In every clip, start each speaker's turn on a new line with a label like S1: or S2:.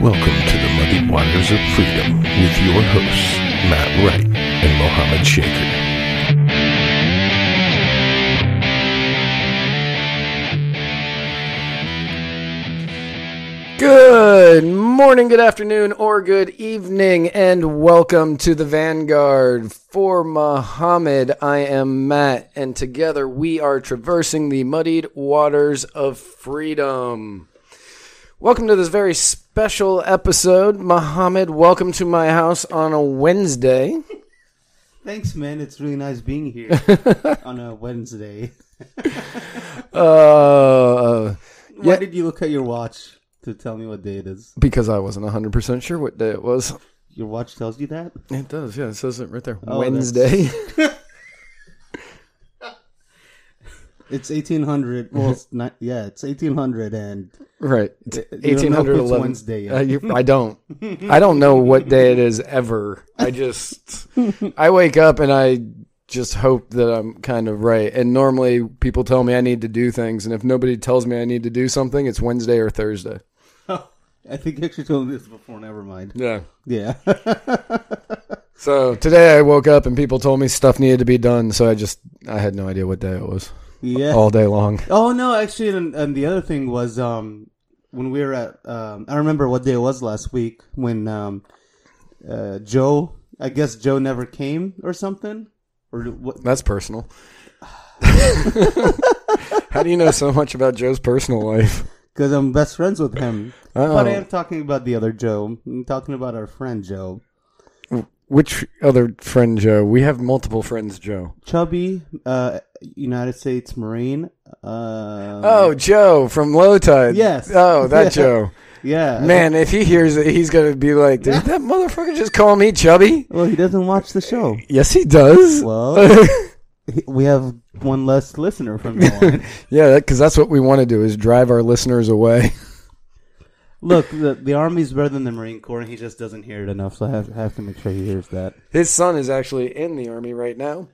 S1: Welcome to the Muddy Waters of Freedom with your hosts, Matt Wright and Mohammed Shaker.
S2: Good morning, good afternoon, or good evening, and welcome to the Vanguard. For Muhammad, I am Matt, and together we are traversing the muddied waters of freedom. Welcome to this very special episode. Muhammad, welcome to my house on a Wednesday.
S3: Thanks, man. It's really nice being here on a Wednesday.
S2: Uh,
S3: Why
S2: Yeah.
S3: did you look at your watch to tell me what day it is?
S2: because I wasn't 100% sure what day it was.
S3: Your watch tells you that?
S2: It does, yeah, it says it right there.
S3: Oh, that's-
S2: Wednesday.
S3: It's 1800. Well, it's not, yeah, it's 1800 and
S2: Right. It's
S3: you don't know if it's
S2: 1811.
S3: Wednesday yet.
S2: Uh, you- I don't. I don't know what day it is ever. I just I wake up and I just hope that I'm kind of right. And normally people tell me I need to do things and if nobody tells me I need to do something, it's Wednesday or Thursday.
S3: I think you actually told me this before. Never mind.
S2: Yeah.
S3: Yeah.
S2: So today I woke up and people told me stuff needed to be done, so I just I had no idea what day it was
S3: yeah.
S2: all day long.
S3: Oh, no, actually, and, and the other thing was um, when we were at, um, I remember what day it was last week when um, uh, Joe, I guess Joe never came or something. Or what?
S2: That's personal. How do you know so much about Joe's personal life?
S3: Because I'm best friends with him.
S2: Oh.
S3: But I am talking about the other Joe. I'm talking about our friend Joe.
S2: Which other friend, Joe? We have multiple friends, Joe.
S3: Chubby, uh, United States Marine. Uh,
S2: Oh, Joe from Low Tide.
S3: Yes.
S2: Oh, that
S3: Yeah.
S2: Joe.
S3: yeah.
S2: Man, if he hears it, he's gonna be like, "Did that motherfucker just call me chubby?"
S3: Well, he doesn't watch the show.
S2: Yes, he does.
S3: Well, he- we have one less listener from now on.
S2: yeah, because that's what we want to do is drive our listeners away.
S3: Look, the, the Army's better than the Marine Corps, and he just doesn't hear it enough, so I have, have to make sure he hears that.
S2: His son is actually in the army right now.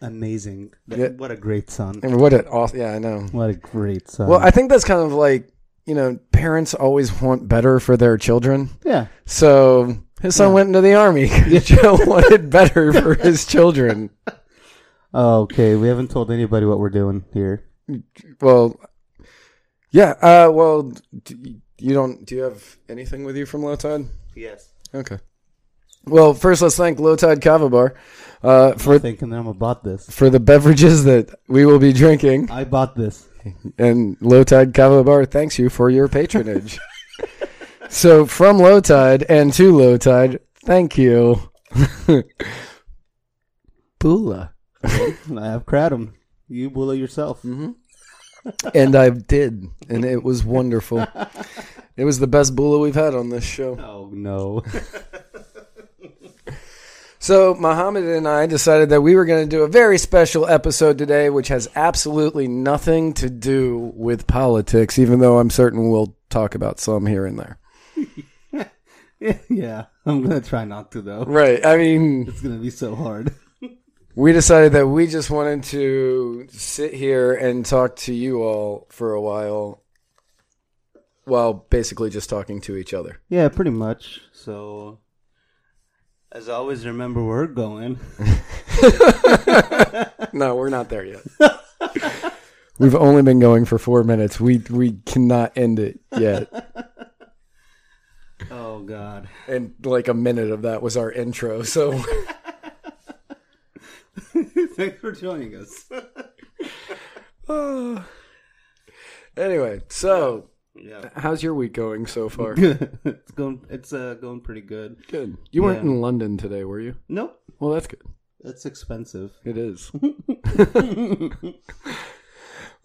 S3: Amazing. Th-
S2: Yeah.
S3: What a great son.
S2: And what an awesome! Yeah, I know.
S3: What a great son.
S2: Well, I think that's kind of like you know, parents always want better for their children.
S3: yeah.
S2: So his son went into the army. 'cause Joe wanted better for his children.
S3: Okay, we haven't told anybody what we're doing here.
S2: Well, yeah. Uh, well, d you don't. Do you have anything with you from Low Tide?
S3: Yes.
S2: Okay. Well, first let's thank Low Tide Cava Bar uh, for
S3: Thinking them about this.
S2: for the beverages that we will be drinking,
S3: I bought this.
S2: and Low Tide Cava Bar thanks you for your patronage. so, from Low Tide and to Low Tide, thank you. Bula.
S3: I have Kratom. You bully yourself.
S2: And I did, and it was wonderful. It was the best Bula we've had on this show.
S3: Oh no.
S2: So, Mohammed and I decided that we were going to do a very special episode today, which has absolutely nothing to do with politics, even though I'm certain we'll talk about some here and there.
S3: yeah, I'm gonna try not to though.
S2: Right. I mean,
S3: It's gonna be so hard.
S2: we decided that we just wanted to sit here and talk to you all for a while, while basically just talking to each other.
S3: Yeah, pretty much. So, as always, remember where we're going.
S2: No, we're not there yet. We've only been going for four minutes. We we cannot end it yet.
S3: Oh God.
S2: and like a minute of that was our intro. So
S3: Thanks for joining us.
S2: anyway, so
S3: Yeah.
S2: how's your week going so far?
S3: it's going. It's uh, going pretty good.
S2: good. You weren't
S3: Yeah.
S2: in London today, were you?
S3: Nope.
S2: Well, that's good.
S3: That's expensive.
S2: It is.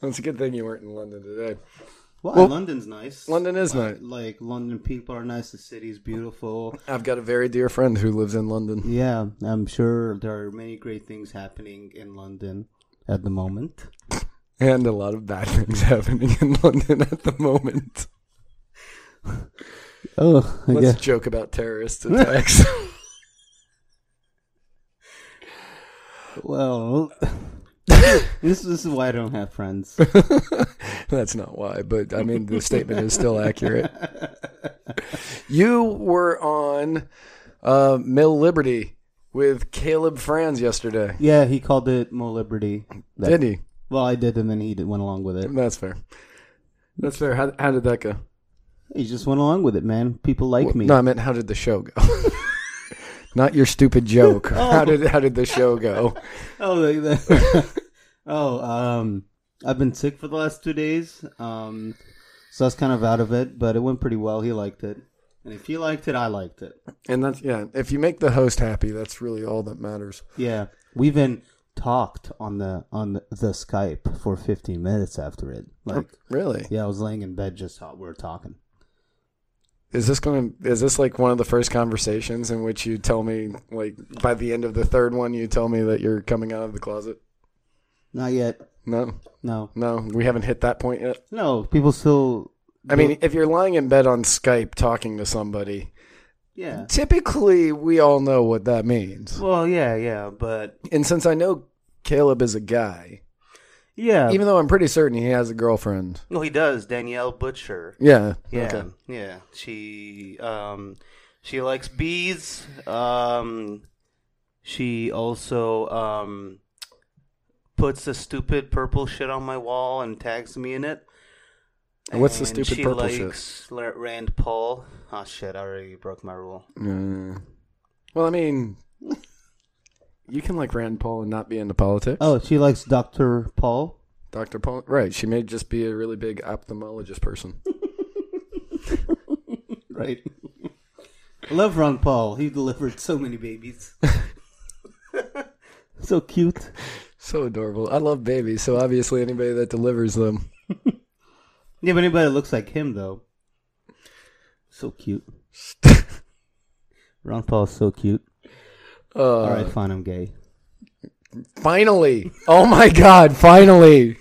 S2: That's a good thing you weren't in London today.
S3: Why? London's nice.
S2: London is nice.
S3: Like London people are nice. The city's beautiful.
S2: I've got a very dear friend who lives in London.
S3: Yeah, I'm sure there are many great things happening in London at the moment.
S2: And a lot of bad things happening in London at the moment.
S3: Oh, I
S2: Let's joke about terrorist attacks.
S3: Well, this, this is why I don't have friends.
S2: That's not why, but I mean, the statement is still accurate. you were on uh, Mill Liberty with Caleb Franz yesterday,
S3: Yeah, he called it Mo Liberty. That-
S2: didn't he?
S3: Well, I did, and then he did, went along with it.
S2: That's fair. That's fair. How, how did that go?
S3: He just went along with it, man. People like me.
S2: No, I meant how did the show go? Not your stupid joke. How did how did the show go?
S3: Oh, they, they- oh, um, I've been sick for the last two days, um, so I was kind of out of it, but it went pretty well. He liked it, and if he liked it, I liked it.
S2: And that's yeah. If you make the host happy, that's really all that matters.
S3: Yeah, we even talked on the on the, the Skype for 15 minutes after it. Like,
S2: Really?
S3: yeah, I was laying in bed just hot. We were talking.
S2: Is this going to is this like one of the first conversations in which you tell me like by the end of the third one you tell me that you're coming out of the closet?
S3: Not yet.
S2: No.
S3: No,
S2: No, we haven't hit that point yet.
S3: no. People still.
S2: I mean, if you're lying in bed on Skype talking to somebody,
S3: Yeah.
S2: typically we all know what that means.
S3: Well, yeah, yeah, but
S2: And since I know Caleb is a guy,
S3: yeah.
S2: even though I'm pretty certain he has a girlfriend.
S4: No, he does. Danielle Butcher.
S2: Yeah.
S4: Yeah,
S2: Okay.
S4: yeah. She um, she likes bees. Um, she also um, puts the stupid purple shit on my wall and tags me in it.
S2: And what's the
S4: And
S2: stupid
S4: she
S2: purple
S4: likes shit? Rand Paul. Oh shit! I already broke my rule.
S2: Uh, well, I mean, you can like Rand Paul and not be into politics.
S3: oh, she likes Doctor Paul.
S2: Dr. Paul. Right. She may just be a really big ophthalmologist person.
S3: Right. I love Ron Paul. He delivered so many babies. so cute.
S2: so adorable. I love babies. So obviously, anybody that delivers them.
S3: Yeah, but anybody that looks like him though. So cute. Ron Paul's so cute.
S2: Uh,
S3: All right, fine, I'm gay.
S2: Finally. Oh my God. Finally.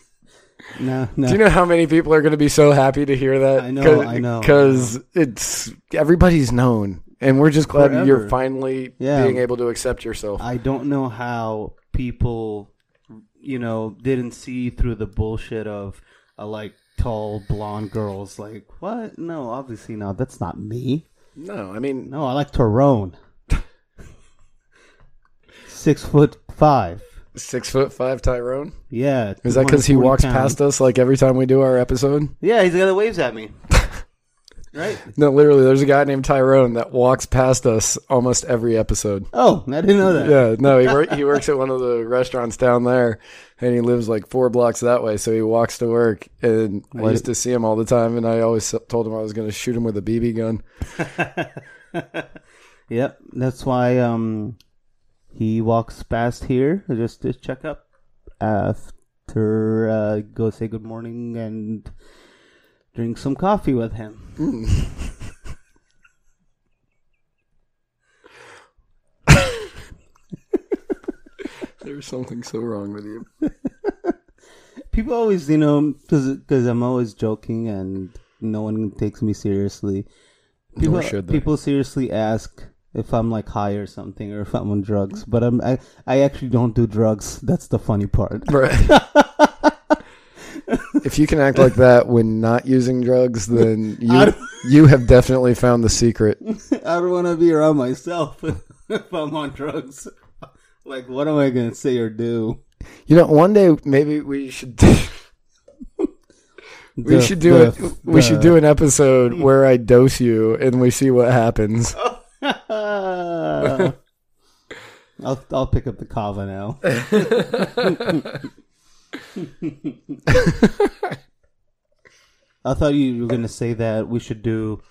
S3: No, no.
S2: Do you know how many people are going to be so happy to hear that?
S3: I know, I know.
S2: Because it's everybody's known. And we're just glad
S3: Forever.
S2: you're finally
S3: Yeah.
S2: being able to accept yourself.
S3: I don't know how people, you know, didn't see through the bullshit of uh, like tall blonde girls. Like what? No, obviously not. That's not me.
S2: no, I mean,
S3: No, I like Tyrone. Six foot five.
S2: six foot five Tyrone.
S3: Yeah.
S2: Is that because he
S3: 240
S2: walks
S3: pounds.
S2: past us like every time we do our episode?
S4: Yeah, he's the guy that waves at me.
S3: Right.
S2: No, literally, there's a guy named Tyrone that walks past us almost every episode.
S3: Oh, I didn't know that.
S2: Yeah, no, he, wor- he works at one of the restaurants down there, and he lives like four blocks that way. So he walks to work, and I used to see him all the time. And I always told him I was going to shoot him with a BB gun.
S3: Yep. That's why um, he walks past here just to check up after uh, go say good morning and drink some coffee with him.
S2: There's something so wrong with you.
S3: People always, you know, because I'm always joking and no one takes me seriously. People,
S2: should they.
S3: people seriously ask if I'm like high or something or if I'm on drugs, but I'm I, I actually don't do drugs. That's the funny part.
S2: Right. if you can act like that when not using drugs, then you you have definitely found the secret.
S3: I don't want to be around myself if I'm on drugs. Like, what am I going to say or do?
S2: You know, one day maybe we should we should do it. We should do an episode where I dose you and we see what happens.
S3: I'll I'll pick up the kava now. I thought you were going to say that we should do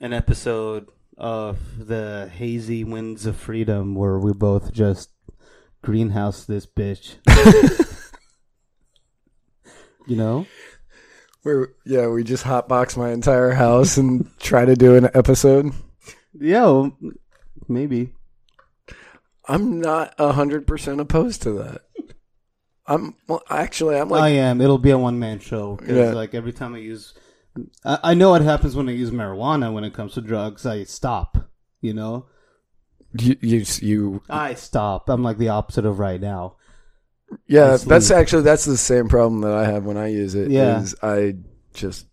S4: An episode.
S3: of the hazy winds of freedom where we both just greenhouse this bitch. you know?
S2: Where yeah, we just hotbox my entire house and try to do an episode.
S3: Yeah, well, maybe.
S2: I'm not hundred percent opposed to that. I'm well, actually I'm
S3: I
S2: like
S3: am. It'll be a one man show because
S2: Yeah.
S3: like every time I use, I, I know what happens when I use marijuana. When it comes to drugs, I stop. You know,
S2: you you, you
S3: I stop. I'm like the opposite of right now.
S2: yeah.
S3: I sleep.
S2: That's actually that's the same problem that I have when I use it.
S3: Yeah.
S2: is I just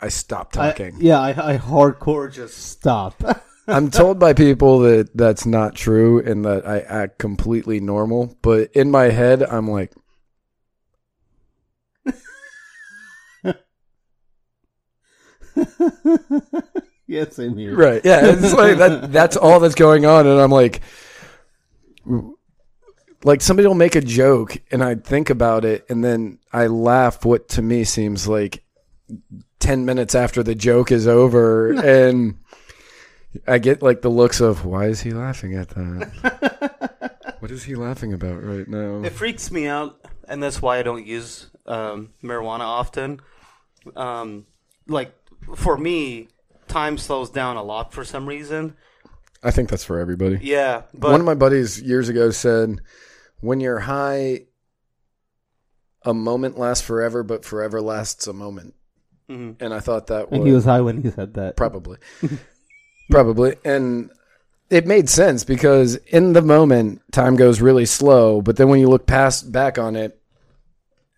S2: I stopped
S5: I-
S2: talking.
S5: yeah, I, I hardcore just stop.
S2: I'm told by people that that's not true and that I act completely normal, but in my head, I'm like,
S5: yeah, same here.
S2: right, yeah, it's like that. That's all that's going on, and I'm like, like somebody will make a joke, and I think about it, and then I laugh what to me seems like ten minutes after the joke is over, and I get like the looks of why is he laughing at that? what is he laughing about right now?
S3: It freaks me out, and that's why I don't use um, marijuana often. Um, like for me, time slows down a lot for some reason.
S2: I think that's for everybody.
S3: Yeah, but
S2: One of my buddies years ago said, "When you're high, a moment lasts forever, but forever lasts a moment."
S3: Mhm.
S2: And I thought that was,
S5: And he was high when he said that.
S2: probably, probably, and it made sense because in the moment, time goes really slow, but then when you look past back on it,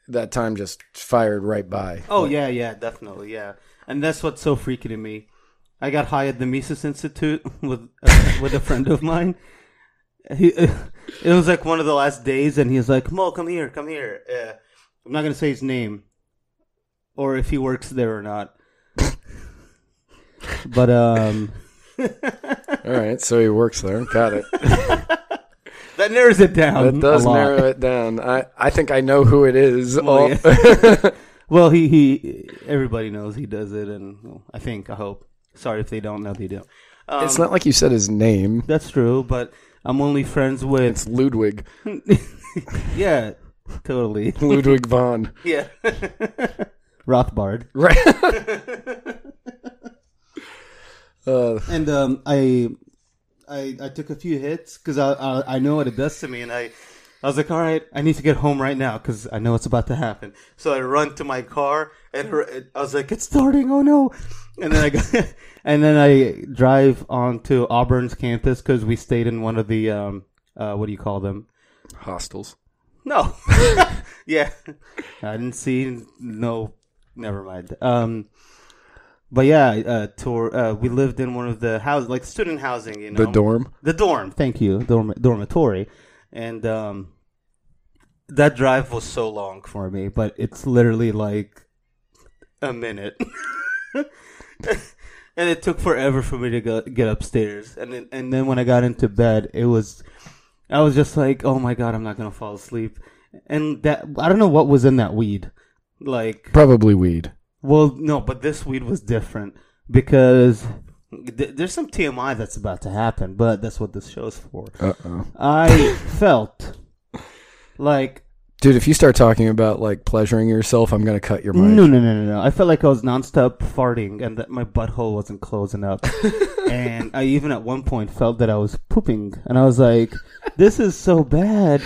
S2: that time just fired right by.
S3: oh yeah, yeah, definitely, yeah. And that's what's so freaky to me. I got high at the Mises Institute with uh, with a friend of mine. He, uh, it was like one of the last days, and he's like, "Mo, come here, come here." Uh, I'm not gonna say his name, or if he works there or not.
S5: But um,
S2: All right, so he works there. Got it.
S3: That narrows it down.
S2: That does
S5: a lot.
S2: narrow it down. I, I think I know who it is. All-
S3: Well, he he everybody knows he does it, and well, I think I hope. Sorry if they don't know they do. Um,
S2: it's not like you said his name.
S3: that's true, but I'm only friends with
S2: It's Ludwig.
S3: yeah, totally
S2: Ludwig von.
S3: yeah.
S5: Rothbard.
S2: Right. uh,
S5: And um, I, I, I took a few hits because I, I, I know what it does
S3: to me, and I I was like, all right, I need to get home right now because I know what's about to happen. So I run to my car, and r- I was like, it's starting. Oh no! And then I got, and then I drive onto Auburn's campus because we stayed in one of the um uh what do you call them
S2: hostels.
S3: No. yeah. I didn't see no never mind. Um but yeah, uh tour uh we lived in one of the house like student housing, you know.
S2: The dorm.
S3: The dorm. Thank you. Dorm- dormitory. And um that drive was so long for me, but it's literally like a minute. and it took forever for me to go, get upstairs. And then, and then when I got into bed, it was I was just like, "Oh my god, I'm not going to fall asleep." And that I don't know what was in that weed. Like
S2: Probably weed.
S3: well, no, but this weed was different because th- there's some TMI that's about to happen, but that's what this show's for.
S2: Uh oh.
S3: I felt like
S2: Dude, if you start talking about like pleasuring yourself, I'm gonna cut your mic.
S3: no, no, no, no, no. I felt like I was nonstop farting and that my butthole wasn't closing up. and I even at one point felt that I was pooping, and I was like, "This is so bad."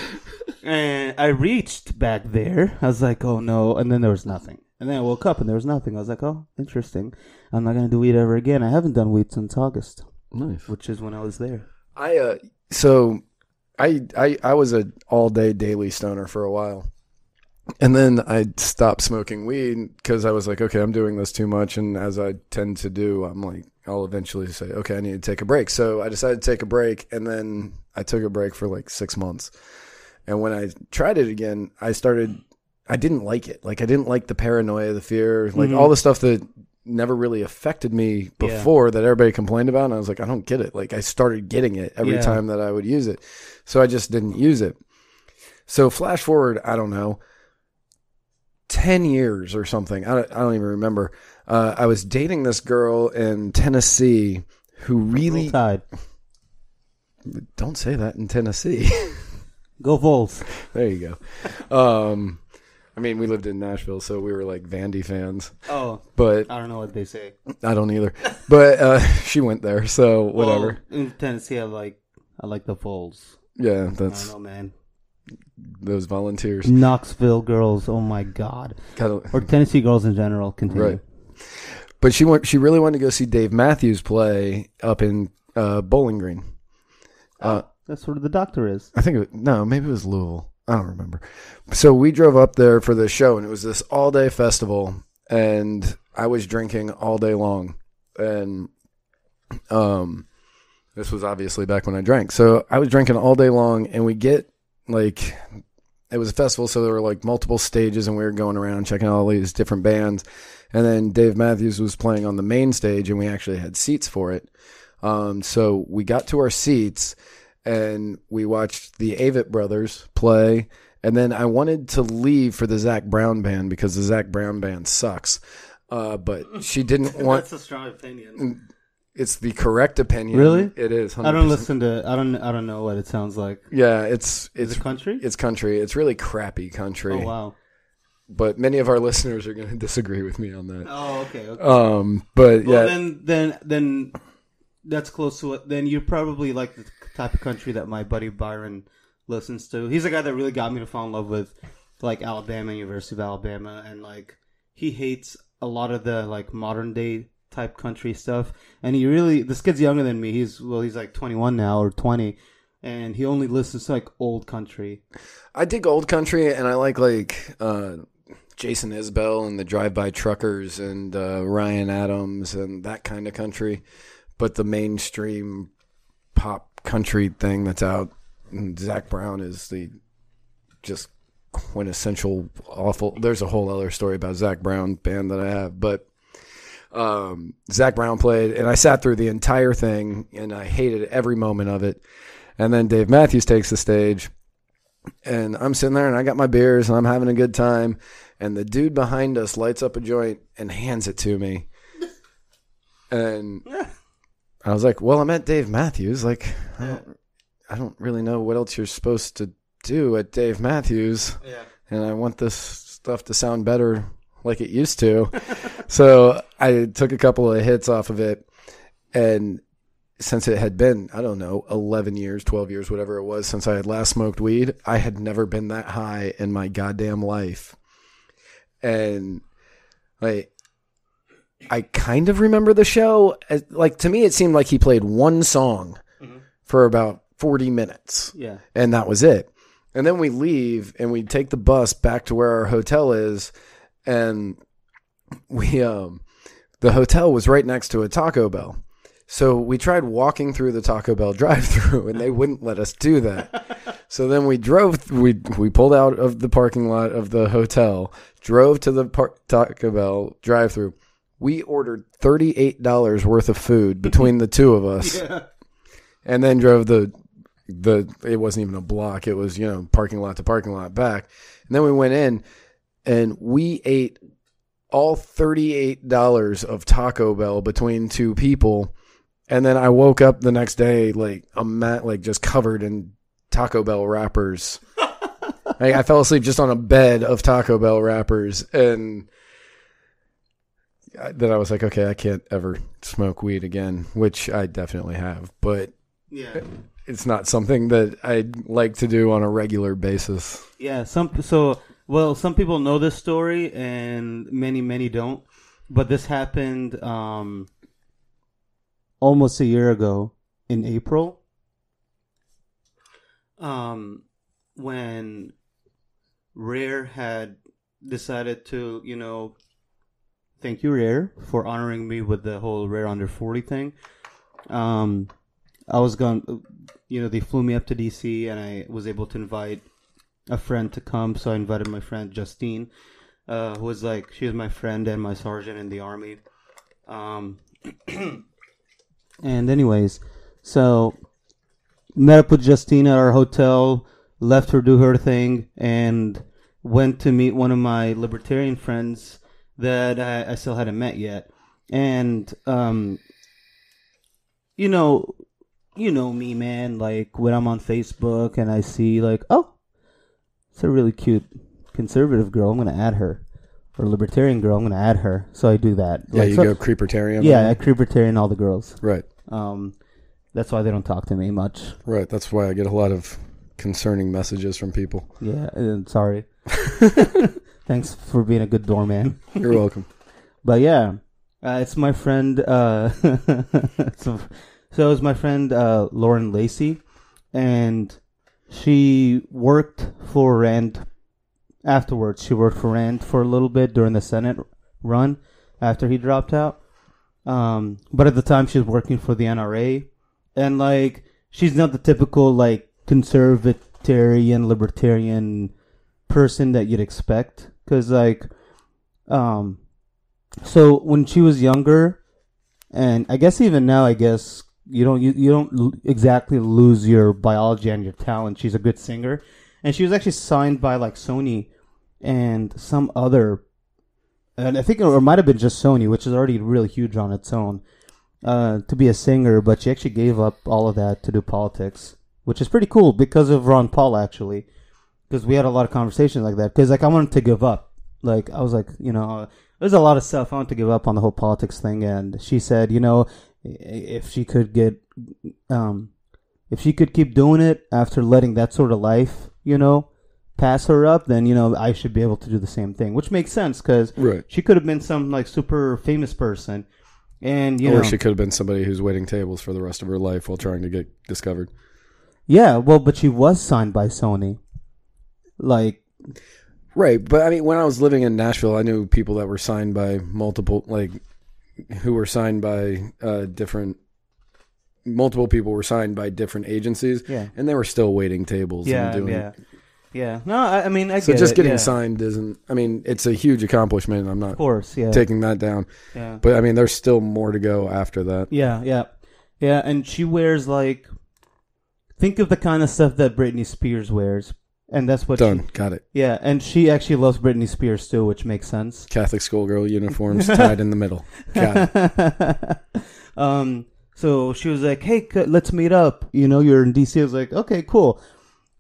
S3: And I reached back there. I was like, "Oh no!" And then there was nothing. And then I woke up and there was nothing. I was like, "Oh, interesting. I'm not gonna do weed ever again. I haven't done weed since August,
S2: Nice.
S3: which is when I was there."
S2: I uh, so I I I was a all day daily stoner for a while, and then I stopped smoking weed because I was like, okay, I'm doing this too much, and as I tend to do, I'm like, I'll eventually say, okay, I need to take a break. So I decided to take a break, and then I took a break for like six months, and when I tried it again, I started. I didn't like it. Like I didn't like the paranoia, the fear, like all the stuff that never really affected me before that everybody complained about and I was like I don't get it like I started getting it every
S3: Yeah.
S2: time that I would use it so I just didn't use it so flash forward I don't know 10 years or something I don't, I don't even remember uh, I was dating this girl in Tennessee who really
S5: Tide.
S2: don't say that in Tennessee
S5: Go Vols.
S2: there you go um I mean we lived in Nashville so we were like Vandy fans
S3: Oh,
S2: but
S3: I don't know what they say.
S2: I don't either. But uh, she went there, so whatever.
S3: Well, in Tennessee, I like I like the Vols.
S2: yeah,
S3: I don't
S2: that's
S3: know, man.
S2: those volunteers.
S5: Knoxville girls. Oh my god.
S2: Kinda,
S5: Or Tennessee girls in general. Continue.
S2: right. But she went. She really wanted to go see Dave Matthews play up in uh, Bowling Green. Uh,
S5: That's where the doctor is.
S2: I think it was, no, maybe it was Louisville. I don't remember. So we drove up there for the show, and it was this all day festival. and I was drinking all day long, and um, this was obviously back when I drank. So I was drinking all day long, and we get like it was a festival, so there were like multiple stages, and we were going around checking out all these different bands. And then Dave Matthews was playing on the main stage, and we actually had seats for it. Um, so we got to our seats, and we watched the Avett Brothers play. And then I wanted to leave for the Zach Brown band because the Zach Brown band sucks. Uh, but she didn't want.
S4: That's a strong opinion.
S2: It's the correct opinion.
S3: Really?
S2: it is. 100%.
S3: I don't listen to. I don't. I don't know what it sounds like.
S2: Yeah, it's it's
S3: Is it country?
S2: it's country. It's really crappy country.
S3: Oh wow.
S2: But many of our listeners are going to disagree with me on that.
S3: Oh okay. okay.
S2: Um, but
S3: Well,
S2: yeah,
S3: then then then that's close to what. Then you're probably like the type of country that my buddy Byron listens to. He's the guy that really got me to fall in love with like Alabama, University of Alabama, and like he hates a lot of the like modern day type country stuff. And he really this kid's younger than me. He's well, he's like 21 now or 20, and he only listens to like old country.
S2: I dig old country, and I like like uh, Jason Isbell and the Drive By Truckers and uh, Ryan Adams and that kind of country. But the mainstream pop country thing that's out, and Zach Brown is the just quintessential awful. There's a whole other story about Zach Brown band that I have, but um, Zach Brown played, and I sat through the entire thing, and I hated every moment of it. And then Dave Matthews takes the stage, and I'm sitting there, and I got my beers, and I'm having a good time. And the dude behind us lights up a joint and hands it to me, and I was like, "Well, I'm at Dave Matthews. Like, I don't, I don't really know what else you're supposed to do at Dave Matthews."
S3: Yeah.
S2: and I want this stuff to sound better like it used to. so I took a couple of hits off of it. And since it had been, I don't know, 11 years, 12 years, whatever it was, since I had last smoked weed, I had never been that high in my goddamn life. And like, I kind of remember the show. As, like, to me, it seemed like he played one song for about 40 minutes
S3: Yeah.
S2: and that was it. And then we leave and we take the bus back to where our hotel is, and we um, the hotel was right next to a Taco Bell, so we tried walking through the Taco Bell drive-through, and they wouldn't let us do that. So then we drove. We we pulled out of the parking lot of the hotel, drove to the par- Taco Bell drive-through. We ordered thirty-eight dollars worth of food between the two of us
S3: Yeah.
S2: and then drove the the it wasn't even a block it was you know parking lot to parking lot back and then we went in and we ate all $38 of taco bell between two people and then i woke up the next day like a mat like just covered in taco bell wrappers I, I fell asleep just on a bed of taco bell wrappers and I- then i was like okay i can't ever smoke weed again which i definitely have but
S3: Yeah.
S2: it's not something that I'd like to do on a regular basis.
S3: Yeah, some so well, some people know this story, and many many don't. But this happened um, almost a year ago in April, um, when Rare had decided to, you know, thank you Rare for honoring me with the whole Rare Under Forty thing. Um, I was gone, you know, they flew me up to DC, and I was able to invite a friend to come, so I invited my friend Justine, uh, who was like she was my friend and my sergeant in the army. Um, and anyways, so met up with Justine at our hotel, left her do her thing, and went to meet one of my libertarian friends that I, I still hadn't met yet. And um, you know, you know me, man. Like when I'm on Facebook and I see like, oh, it's a really cute conservative girl. I'm gonna add her, or libertarian girl. I'm gonna add her. So I do that.
S2: Yeah,
S3: Like,
S2: you
S3: so-
S2: go creepertarian.
S3: Yeah, I creepertarian all the girls.
S2: Right.
S3: Um, that's why they don't talk to me much.
S2: Right. That's why I get a lot of concerning messages from people.
S3: Yeah, uh, sorry. Thanks for being a good doorman.
S2: You're welcome.
S3: But yeah, uh, it's my friend. Uh, so, so it was my friend uh, Lauren Lacey, and she worked for Rand. Afterwards, she worked for Rand for a little bit during the Senate run after he dropped out. Um, but at the time, she was working for the NRA, and like she's not the typical like conservatarian libertarian person that you'd expect, because like, um, so when she was younger, and I guess even now, I guess you don't you, you don't l- exactly lose your biology and your talent. She's a good singer, and she was actually signed by like Sony and some other, and I think it, or it might have been just Sony, which is already really huge on its own, uh, to be a singer. But she actually gave up all of that to do politics, which is pretty cool because of Ron Paul actually, because we had a lot of conversations like that. Because like I wanted to give up, like I was like you know. There's a lot of stuff I wanted to give up on the whole politics thing, and she said, you know, if she could get um if she could keep doing it after letting that sort of life you know pass her up then you know i should be able to do the same thing which makes sense because
S2: Right.
S3: she could have been some like super famous person and you know
S2: Or she could have been somebody who's waiting tables for the rest of her life while trying to get discovered.
S3: yeah well but she was signed by sony like
S2: Right, but I mean, when I was living in Nashville, I knew people that were signed by multiple, like, who were signed by uh, different, multiple people were signed by different agencies,
S3: Yeah.
S2: and they were still waiting tables.
S3: yeah
S2: and doing,
S3: yeah yeah no i, I mean i
S2: So
S3: get
S2: just
S3: it,
S2: getting
S3: yeah.
S2: signed isn't. I mean, it's a huge accomplishment. and I'm
S3: of
S2: not
S3: course yeah
S2: taking that down,
S3: yeah
S2: but I mean, there's still more to go after that.
S3: Yeah, yeah, yeah. And she wears like, think of the kind of stuff that Britney Spears wears, and that's what.
S2: Done. Got it.
S3: She, yeah, and she actually loves Britney Spears too, which makes sense.
S2: Catholic schoolgirl uniforms tied in the middle. Got it.
S3: um. So she was like, "Hey, c- let's meet up." You know, you're in DC. I was like, "Okay, cool."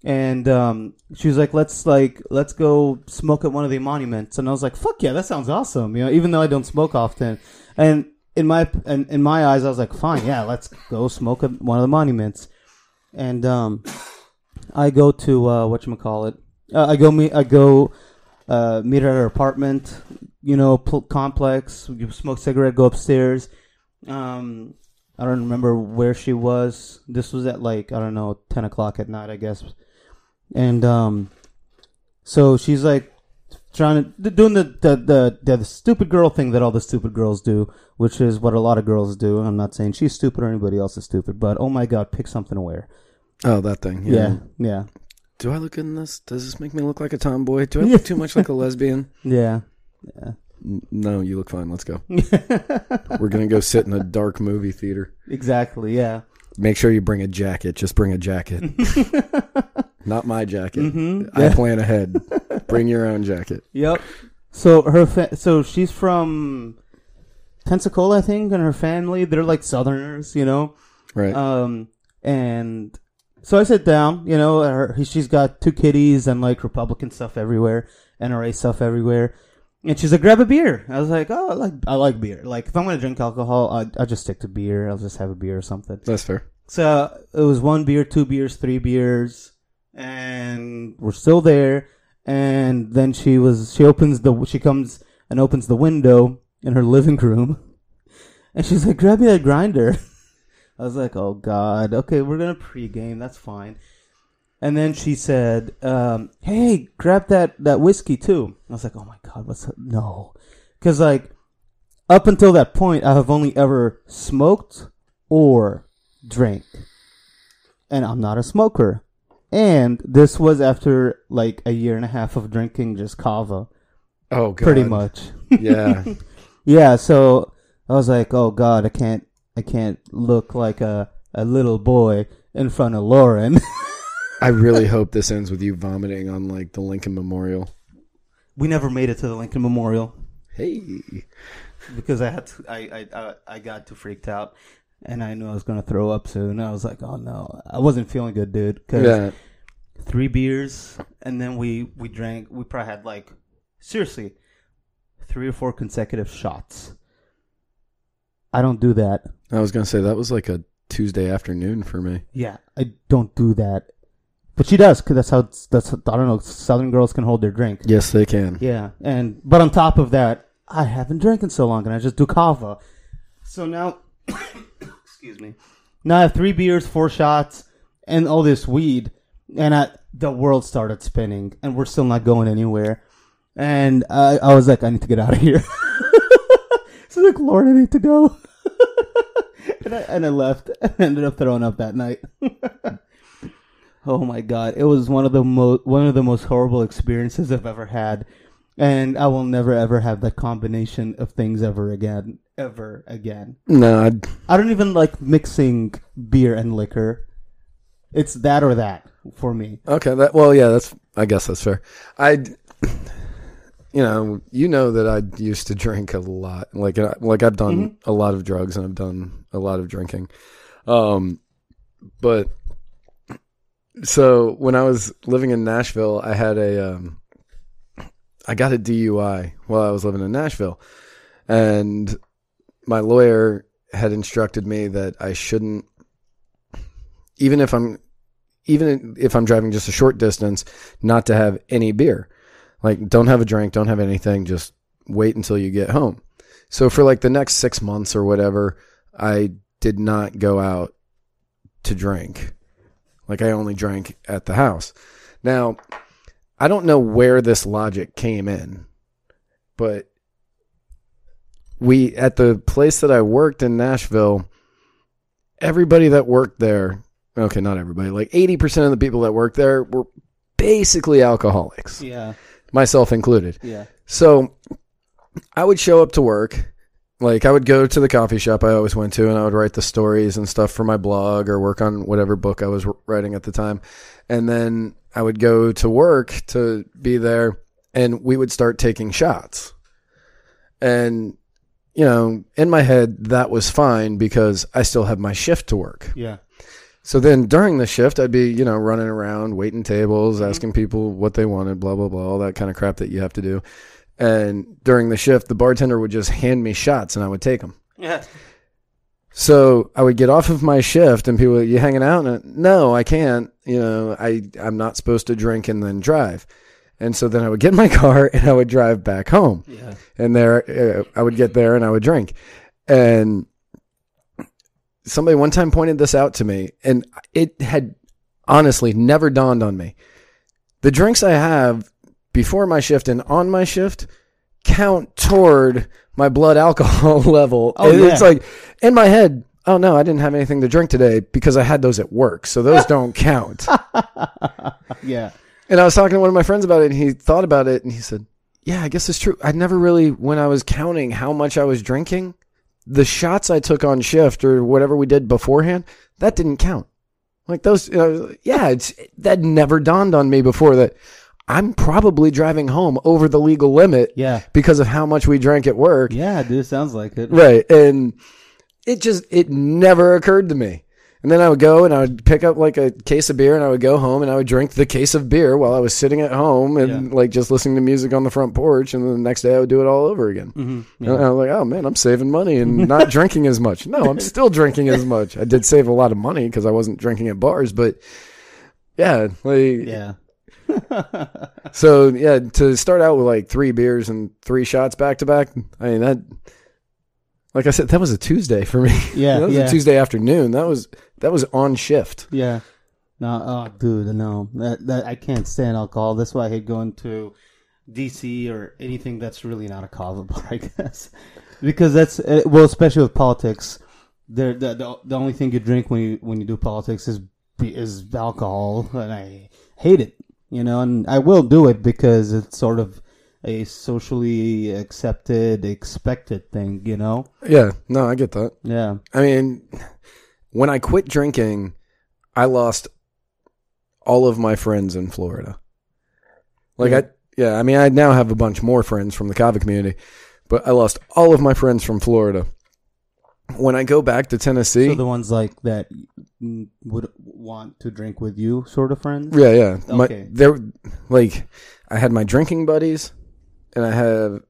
S3: And um, she was like, "Let's like let's go smoke at one of the monuments." And I was like, "Fuck yeah, that sounds awesome!" You know, even though I don't smoke often, and in my in, in my eyes, I was like, "Fine, yeah, let's go smoke at one of the monuments." And um, I go to uh, what you call it. Uh, I go meet. I go uh, meet her at her apartment. You know, pl- complex. You smoke cigarette. Go upstairs. Um, I don't remember where she was. This was at like I don't know ten o'clock at night, I guess. And um, so she's like trying to d- doing the the, the the stupid girl thing that all the stupid girls do, which is what a lot of girls do. I'm not saying she's stupid or anybody else is stupid, but oh my god, pick something to wear.
S2: Oh, that thing.
S3: Yeah, yeah,
S2: Do I look in this? Does this make me look like a tomboy? Do I look too much like a lesbian?
S3: yeah.
S2: N- No, you look fine. Let's go. We're gonna go sit in a dark movie theater.
S3: exactly. Yeah.
S2: Make sure you bring a jacket. Just bring a jacket. Not my jacket. I plan ahead. bring your own jacket.
S3: Yep. So her fa- so she's from Pensacola, I think, and her family they're like Southerners, you know.
S2: Right.
S3: Um, and so I sit down, you know, her, she's got two kitties and like Republican stuff everywhere, NRA stuff everywhere. And she's like, grab a beer. I was like, oh, I like, I like beer. Like, if I'm going to drink alcohol, I, I just stick to beer. I'll just have a beer or something.
S2: That's fair.
S3: So it was one beer, two beers, three beers, and we're still there. And then she was she opens the she comes and opens the window in her living room, and she's like, "Grab me that grinder." I was like, "Oh God, okay, we're gonna pregame. That's fine." And then she said, um, "Hey, grab that that whiskey too." I was like, "Oh my God, what's up? no?" Because like up until that point, I have only ever smoked or drank. And I'm not a smoker. And this was after like a year and a half of drinking just kava,
S2: Oh, God.
S3: pretty much.
S2: yeah.
S3: Yeah, so I was like, "Oh God, I can't, I can't look like a a little boy in front of Lauren."
S2: I really hope this ends with you vomiting on like the Lincoln Memorial.
S3: we never made it to the Lincoln Memorial
S2: Hey.
S3: because I had to, I, I I I got too freaked out, and I knew I was gonna throw up soon. I was like, "Oh no, I wasn't feeling good, dude." 'cause
S2: Yeah.
S3: three beers and then we we drank we probably had like seriously three or four consecutive shots i don't do that
S2: I was gonna say that was like a Tuesday afternoon for me.
S3: yeah i don't do that but she does because that's how it's- that's i don't know southern girls can hold their drink
S2: Yes, they can.
S3: yeah and but on top of that i haven't drank in so long and i just do kava so now excuse me now i have three beers four shots and all this weed and I, the world started spinning and we're still not going anywhere and I, I was like i need to get out of here like, Lord, I need to go. and, I, and I left and ended up throwing up that night. oh my god, it was one of the most one of the most horrible experiences I've ever had, and I will never ever have that combination of things ever again, ever again.
S2: No, I'd-
S3: I don't even like mixing beer and liquor. It's that or that for me.
S2: Okay. That well, yeah. That's I guess that's fair. I, you know, you know that I used to drink a lot. Like I- like I've done a lot of drugs and I've done a lot of drinking. Um, but so when I was living in Nashville, I had a um, I got a DUI while I was living in Nashville, and my lawyer had instructed me that I shouldn't, even if I'm even if I'm driving just a short distance, not to have any beer. Like, don't have a drink, don't have anything, just wait until you get home. So, for like the next six months or whatever, I did not go out to drink. Like, I only drank at the house. Now, I don't know where this logic came in, but we, at the place that I worked in Nashville, everybody that worked there okay, not everybody, like 80% of the people that worked there were basically alcoholics,
S3: Yeah,
S2: myself included.
S3: yeah.
S2: So I would show up to work. Like I would go to the coffee shop I always went to and I would write the stories and stuff for my blog or work on whatever book I was writing at the time. And then I would go to work to be there and we would start taking shots. And you know, in my head that was fine because I still have my shift to work.
S3: Yeah.
S2: So then during the shift, I'd be, you know, running around, waiting tables, asking people what they wanted, blah, blah, blah, all that kind of crap that you have to do. And during the shift, the bartender would just hand me shots and I would take them.
S4: Yeah.
S2: So I would get off of my shift and people, you hanging out? And I, no, I can't. You know, I, I'm not supposed to drink and then drive. And so then I would get in my car and I would drive back home
S3: Yeah.
S2: and there uh, I would get there and I would drink. And somebody one time pointed this out to me, and it had honestly never dawned on me. The drinks I have before my shift and on my shift count toward my blood alcohol level.
S3: Oh,
S2: and
S3: yeah.
S2: It's like in my head. Oh no, I didn't have anything to drink today because I had those at work, so those don't count.
S3: Yeah.
S2: And I was talking to one of my friends about it, and he thought about it, and he said, "Yeah, I guess it's true. I never really, when I was counting how much I was drinking, the shots I took on shift or whatever we did beforehand, that didn't count. Like those, you know, yeah, it's that never dawned on me before that I'm probably driving home over the legal limit
S3: Yeah.
S2: because of how much we drank at work,
S3: Yeah, dude, sounds like it.
S2: right? And it just it never occurred to me. And then I would go and I would pick up like a case of beer and I would go home and I would drink the case of beer while I was sitting at home and
S3: Yeah.
S2: like just listening to music on the front porch. And then the next day I would do it all over again.
S3: Mm-hmm. Mm,
S2: And I was like, oh man, I'm saving money and not drinking as much. No, I'm still drinking as much. I did save a lot of money because I wasn't drinking at bars, but yeah, like,
S3: Yeah.
S2: so yeah, to start out with like three beers and three shots back to back, I mean that. Like I said, that was a Tuesday for me.
S3: Yeah,
S2: that was
S3: yeah.
S2: a Tuesday afternoon. That was that was on shift.
S3: Yeah. No, oh, dude, no. That, that I can't stand alcohol. That's why I hate going to DC or anything that's really not a cava bar, I guess. Because that's uh, well, especially with politics. There, the, the the only thing you drink when you when you do politics is be- is alcohol, and I hate it. You know, and I will do it because it's sort of a socially accepted, expected thing. You know.
S2: Yeah, no, I get that.
S3: Yeah.
S2: I mean, when I quit drinking, I lost all of my friends in Florida. Like I, yeah, I mean, I now have a bunch more friends from the Cava community, but I lost all of my friends from Florida. When I go back to Tennessee,
S3: So the ones like that mm, would want to drink with you, sort of friends.
S2: Yeah, yeah. My,
S3: Okay.
S2: there, like, I had my drinking buddies, and I have,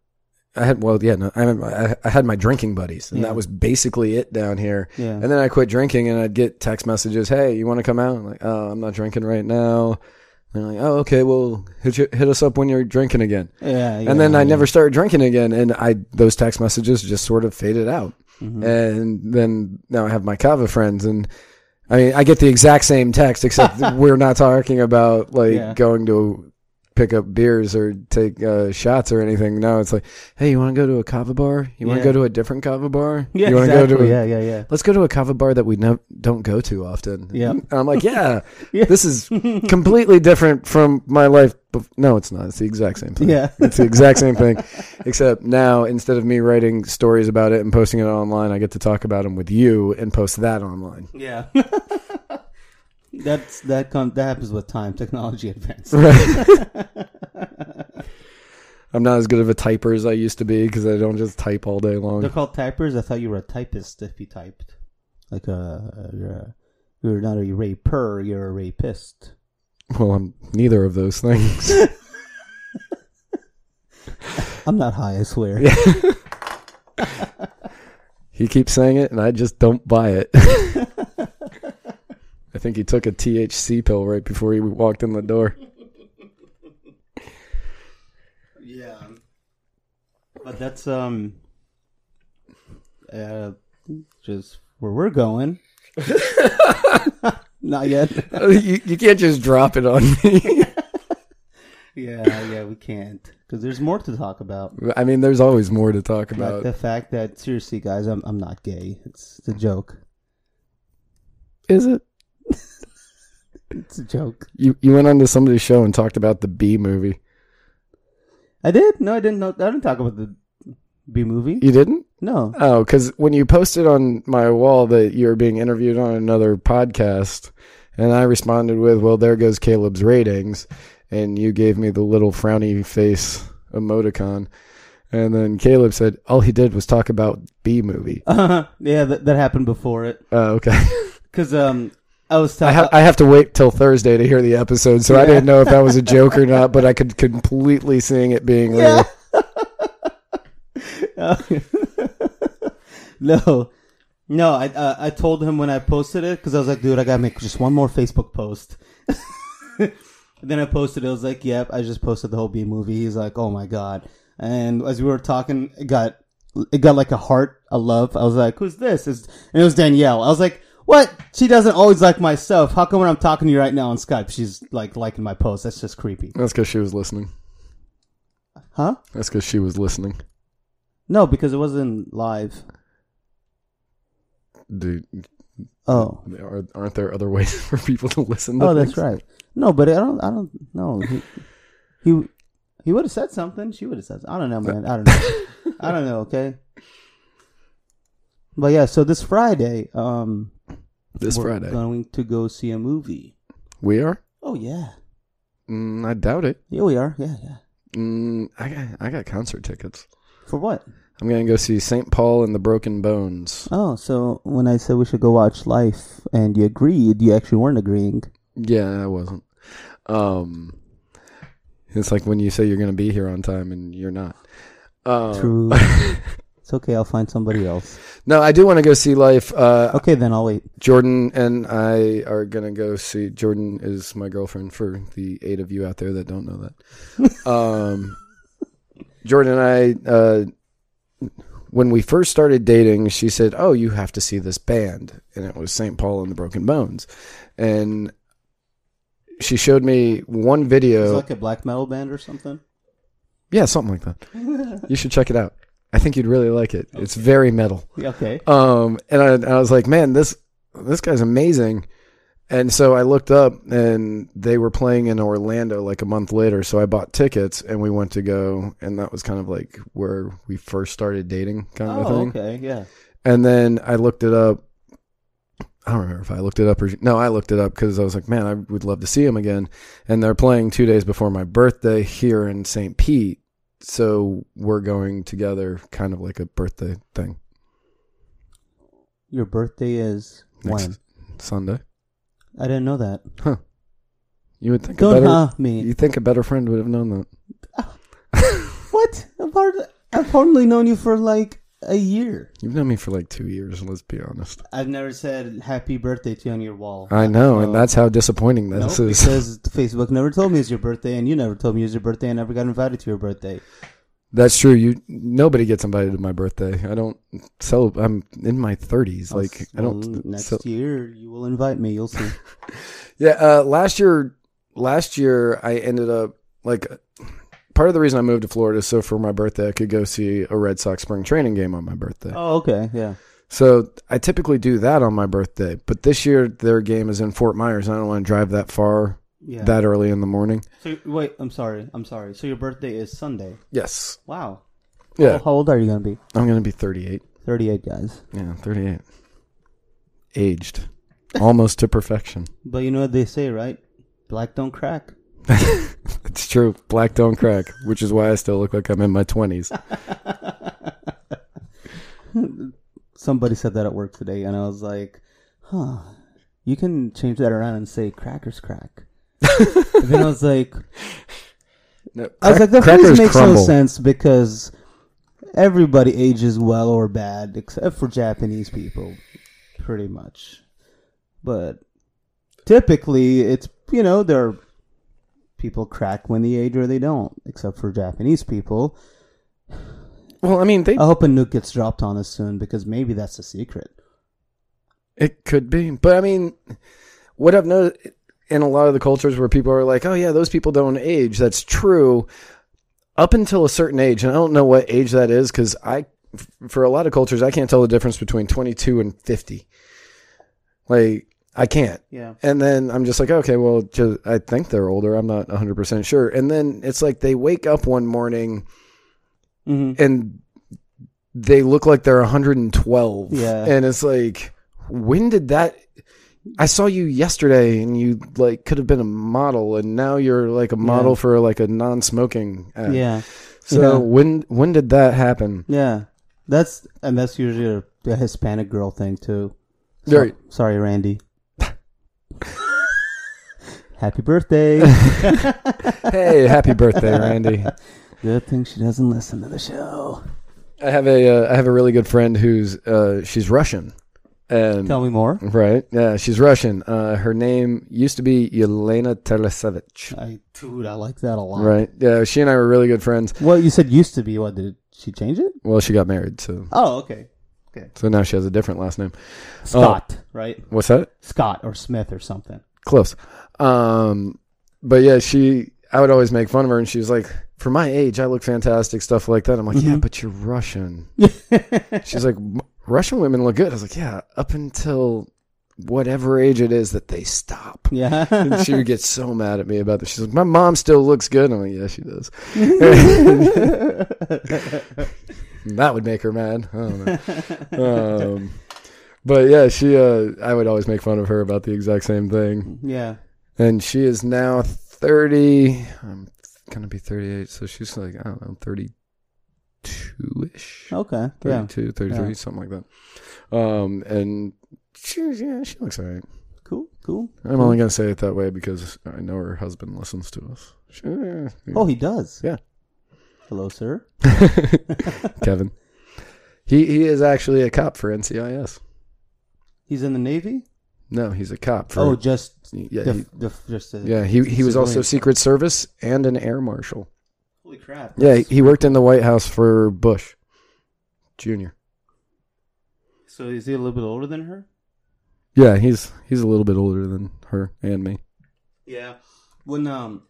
S2: I had, well, yeah, no, I, had my- I had my drinking buddies, and
S3: Yeah.
S2: that was basically it down here.
S3: Yeah.
S2: And then I quit drinking, and I'd get text messages, "Hey, you want to come out?" I'm like, "Oh, I'm not drinking right now." And they're like, "Oh, okay, well, hit you, hit us up when you're drinking again."
S3: Yeah, yeah,
S2: and then I
S3: yeah.
S2: never started drinking again, and I those text messages just sort of faded out.
S3: Mm-hmm.
S2: And then now I have my Kava friends, and I mean I get the exact same text, except we're not talking about like
S3: Yeah.
S2: going to pick up beers or take uh, shots or anything. No, it's like, hey, you want to go to a kava bar? You want to
S3: Yeah.
S2: go to a different kava bar?
S3: Yeah,
S2: you wanna
S3: exactly.
S2: go to a,
S3: yeah, yeah, yeah.
S2: Let's go to a kava bar that we no, don't go to often.
S3: Yeah.
S2: And I'm like, yeah,
S3: Yeah.
S2: this is completely different from my life. Bef- no, it's not. It's the exact same thing.
S3: Yeah.
S2: It's the exact same thing. Except now, instead of me writing stories about it and posting it online, I get to talk about them with you and post that online.
S3: Yeah. That's that com- that happens with time, technology advances.
S2: Right. I'm not as good of a typer as I used to be because I don't just type all day
S3: They're
S2: long.
S3: called typers. I thought you were a typist if you typed. Like a, you're, a, you're not a raper, you're a rapist.
S2: Well, I'm neither of those things.
S3: I'm not high, I swear.
S2: Yeah. He keeps saying it, and I just don't buy it. I think he took a THC pill right before he walked in the door.
S3: Yeah. But that's um uh just where we're going. Not yet.
S2: you, you can't just drop it on me.
S3: Yeah, yeah, we can't cuz there's more to talk about.
S2: I mean, there's always more to talk
S3: Like
S2: about.
S3: the fact that seriously guys, I'm I'm not gay. It's a joke.
S2: Is it?
S3: It's a joke.
S2: You you went onto somebody's show and talked about the B movie.
S3: I did? No, I didn't know. I didn't talk about the B movie.
S2: You didn't?
S3: No.
S2: Oh, because when you posted on my wall that you were being interviewed on another podcast, and I responded with, "Well, there goes Caleb's ratings," and you gave me the little frowny face emoticon, and then Caleb said, "All he did was talk about B movie."
S3: Uh, yeah, that, that happened before it
S2: Oh, okay.
S3: cuz um I was
S2: I,
S3: talking
S2: ha- I have to wait till Thursday to hear the episode, so I didn't know if that was a joke or not, but I could completely seeing it being real.
S3: no, no. I uh, I told him when I posted it because I was like, dude, I gotta make just one more Facebook post. and then I posted. it. I was like, yep, I just posted the whole B movie. He's like, oh my god. And as we were talking, it got it got like a heart, a love. I was like, who's this? It's, and it was Danielle. I was like. What? She doesn't always like my stuff. How come when I'm talking to you right now on Skype, she's like liking my post? That's just creepy.
S2: That's because she was listening.
S3: Huh?
S2: That's because she was listening.
S3: No, because it wasn't live.
S2: Dude,
S3: Oh.
S2: are, aren't there other ways for people to listen? To
S3: Oh, that's
S2: things?
S3: right. No, but I don't. I don't know. He he, he would have said something. She would have said. Something. I don't know, man. I don't know. I don't know. Okay. But yeah, so this Friday, um,
S2: This
S3: we're
S2: Friday.
S3: going to go see a movie.
S2: We are?
S3: Oh yeah,
S2: Mm, I doubt it.
S3: yeah we are. Yeah, yeah.
S2: Mm, I got I got concert tickets.
S3: For what?
S2: I'm gonna go see St. Paul and the Broken Bones.
S3: Oh, so when I said we should go watch Life, and you agreed, you actually weren't agreeing.
S2: Yeah, I wasn't. Um, it's like when you say you're gonna be here on time and you're not. Um,
S3: True. it's okay. I'll find somebody else.
S2: No, I do want to go see Life. Uh,
S3: Okay, then I'll wait.
S2: Jordan and I are gonna go see. Jordan is my girlfriend. For the eight of you out there that don't know that, um, Jordan and I, uh, when we first started dating, she said, "Oh, you have to see this band," and it was St. Paul and the Broken Bones, and she showed me one
S3: It's
S2: video.
S3: like a black metal band or something.
S2: yeah, something like that. you should check it out. I think you'd really like it. It's very metal.
S3: Yeah, Okay.
S2: Um, and I, and I was like, man, this this guy's amazing. And so I looked up, and they were playing in Orlando like a month later. So I bought tickets, and we went to go, and that was kind of like where we first started dating, kind of a
S3: Oh,
S2: thing.
S3: okay. Yeah.
S2: And then I looked it up. I don't remember if I looked it up or no, I looked it up because I was like, man, I would love to see him again. And they're playing two days before my birthday here in St. Pete. So we're going together, kind of like a birthday thing.
S3: Your birthday is
S2: Next
S3: when?
S2: Sunday.
S3: I didn't know that.
S2: You would think a
S3: Don't
S2: better
S3: huh me.
S2: you think a better friend would have known that.
S3: What? I've, hard- I've hardly known you for like a year.
S2: You've known me for like two years. Let's be honest.
S3: I've never said happy birthday to you on your wall.
S2: I know, and
S3: Oh.
S2: Ah, that's how disappointing
S3: No,
S2: this is.
S3: because Facebook never told me it's your birthday, and you never told me it was your birthday, and I never got invited to your birthday.
S2: That's true. You nobody gets invited to my birthday. I don't. So I'm in my thirties. Like I
S3: Well,
S2: don't.
S3: Oh, mm, Next
S2: so-
S3: year, you will invite me. You'll see.
S2: yeah. Uh, last year, last year I ended up like part of the reason I moved to Florida is so for my birthday I could go see a Red Sox spring training game on my birthday.
S3: Oh, okay. Yeah.
S2: So I typically do that on my birthday, but this year their game is in Fort Myers. And I don't want to drive that far
S3: Yeah.
S2: that early in the morning.
S3: So wait, I'm sorry. I'm sorry. So your birthday is Sunday.
S2: Yes. Oh.
S3: Wow.
S2: Yeah.
S3: How old are you gonna be?
S2: I'm going to be 38.
S3: 38, guys.
S2: Yeah, 38. Aged almost to perfection.
S3: But you know what they say, right? Black don't crack.
S2: It's true. Black don't crack, which is why I still look like I'm in my 20s.
S3: Somebody said that at work today, and I was like, "Huh? You can change that around and say crackers crack." and then I was like,
S2: No,
S3: I was
S2: crack-
S3: like, that
S2: crackers
S3: phrase makes
S2: crumble.
S3: no sense because everybody ages well or bad, except for Japanese people, pretty much. But typically, it's you know there are people crack when they age or they don't, except for Japanese people.
S2: Well, I mean, they
S3: I hope a nuke gets dropped on us soon because maybe that's the secret.
S2: It could be, but I mean, what I've noticed in a lot of the cultures where people are like, "Oh yeah, those people don't age." That's true, up until a certain age, and I don't know what age that is because I, f- for a lot of cultures, I can't tell the difference between twenty-two and fifty. Like I can't.
S3: Yeah.
S2: And then I'm just like, okay, well, ju- I think they're older. I'm not 100% sure. And then it's like they wake up one morning
S3: hmm
S2: and they look like they're 112.
S3: Yeah.
S2: And it's like, when did that? I saw you yesterday, and you like could have been a model, and now you're like a model
S3: Yeah.
S2: for like a non-smoking. Ad.
S3: Yeah.
S2: So
S3: Yeah.
S2: when when did that happen?
S3: Yeah. That's and that's usually a, a Hispanic girl thing too. So-
S2: Right.
S3: Sorry, Randy. Happy birthday.
S2: Hey, happy birthday, Randy.
S3: Good thing she doesn't listen to the show.
S2: I have a uh, I have a really good friend who's uh, she's Russian, and
S3: Tell me more.
S2: right, yeah, she's Russian. Uh, her name used to be Yelena Telesevich.
S3: I dude, I like that a lot.
S2: Right, yeah, she and I were really good friends.
S3: Well, you said used to be. What did she change it?
S2: Well, she got married, so
S3: Oh, okay.
S2: So now she has a different last name.
S3: Scott, right?
S2: What's that?
S3: Scott or Smith or something.
S2: Close. Um, but yeah, she. I would always make fun of her, and she was like, "For my age, I look fantastic, stuff like that." I'm like, "Yeah, but you're Russian." She's like, "M- "Russian women look good." I was like, "Yeah, up until whatever age it is that they stop."
S3: Yeah.
S2: And she would get so mad at me about this. She's like, "My mom still looks good." I'm like, "Yeah, she does." that would make her mad. I don't know. um, but yeah, she. Uh, I would always make fun of her about the exact same thing,
S3: yeah.
S2: and she is now thirty. I'm gonna be thirty-eight, so she's like I don't know, thirty-two-ish,
S3: Okay. Oh, Yeah.
S2: 32, 33,
S3: Yeah.
S2: something like that. Um, and she, yeah, she looks alright.
S3: Cool. Cool.
S2: I'm only gonna say it that way because I know her husband listens to us. She-
S3: Oh, he does.
S2: Yeah.
S3: Hello, sir.
S2: Kevin. He he is actually a cop for NCIS.
S3: He's in the Navy.
S2: No, he's a cop for
S3: Oh, just
S2: Yeah,
S3: the,
S2: he-
S3: the, just the,
S2: Yeah, he he was also
S3: Civilian.
S2: Secret Service and an air marshal.
S3: Holy crap!
S2: Yeah,
S3: that's-
S2: he worked in the White House for Bush Jr.
S3: so is he a little bit older than her?
S2: Yeah, he's he's a little bit older than her and me.
S3: Yeah. When um,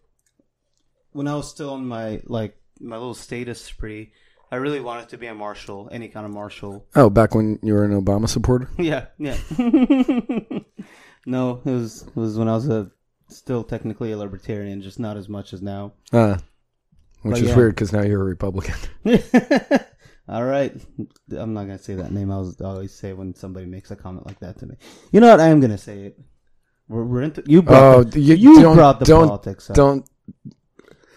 S3: when I was still on my like my little status spree, I really wanted to be a marshal, any kind of marshal.
S2: Oh, back when you were an Obama supporter?
S3: yeah, yeah. no, it was it was when I was a still technically a libertarian, just not as much as now.
S2: Uh, which
S3: But
S2: is weird
S3: yeah.
S2: 'cause weird because now you're a Republican.
S3: All right. I'm not going to say that name. I was I always say when somebody makes a comment like that to me. You know what? I am going to say it. We're, we're into you
S2: Oh,
S3: brought the, you, brought the
S2: don't,
S3: politics up.
S2: Don't.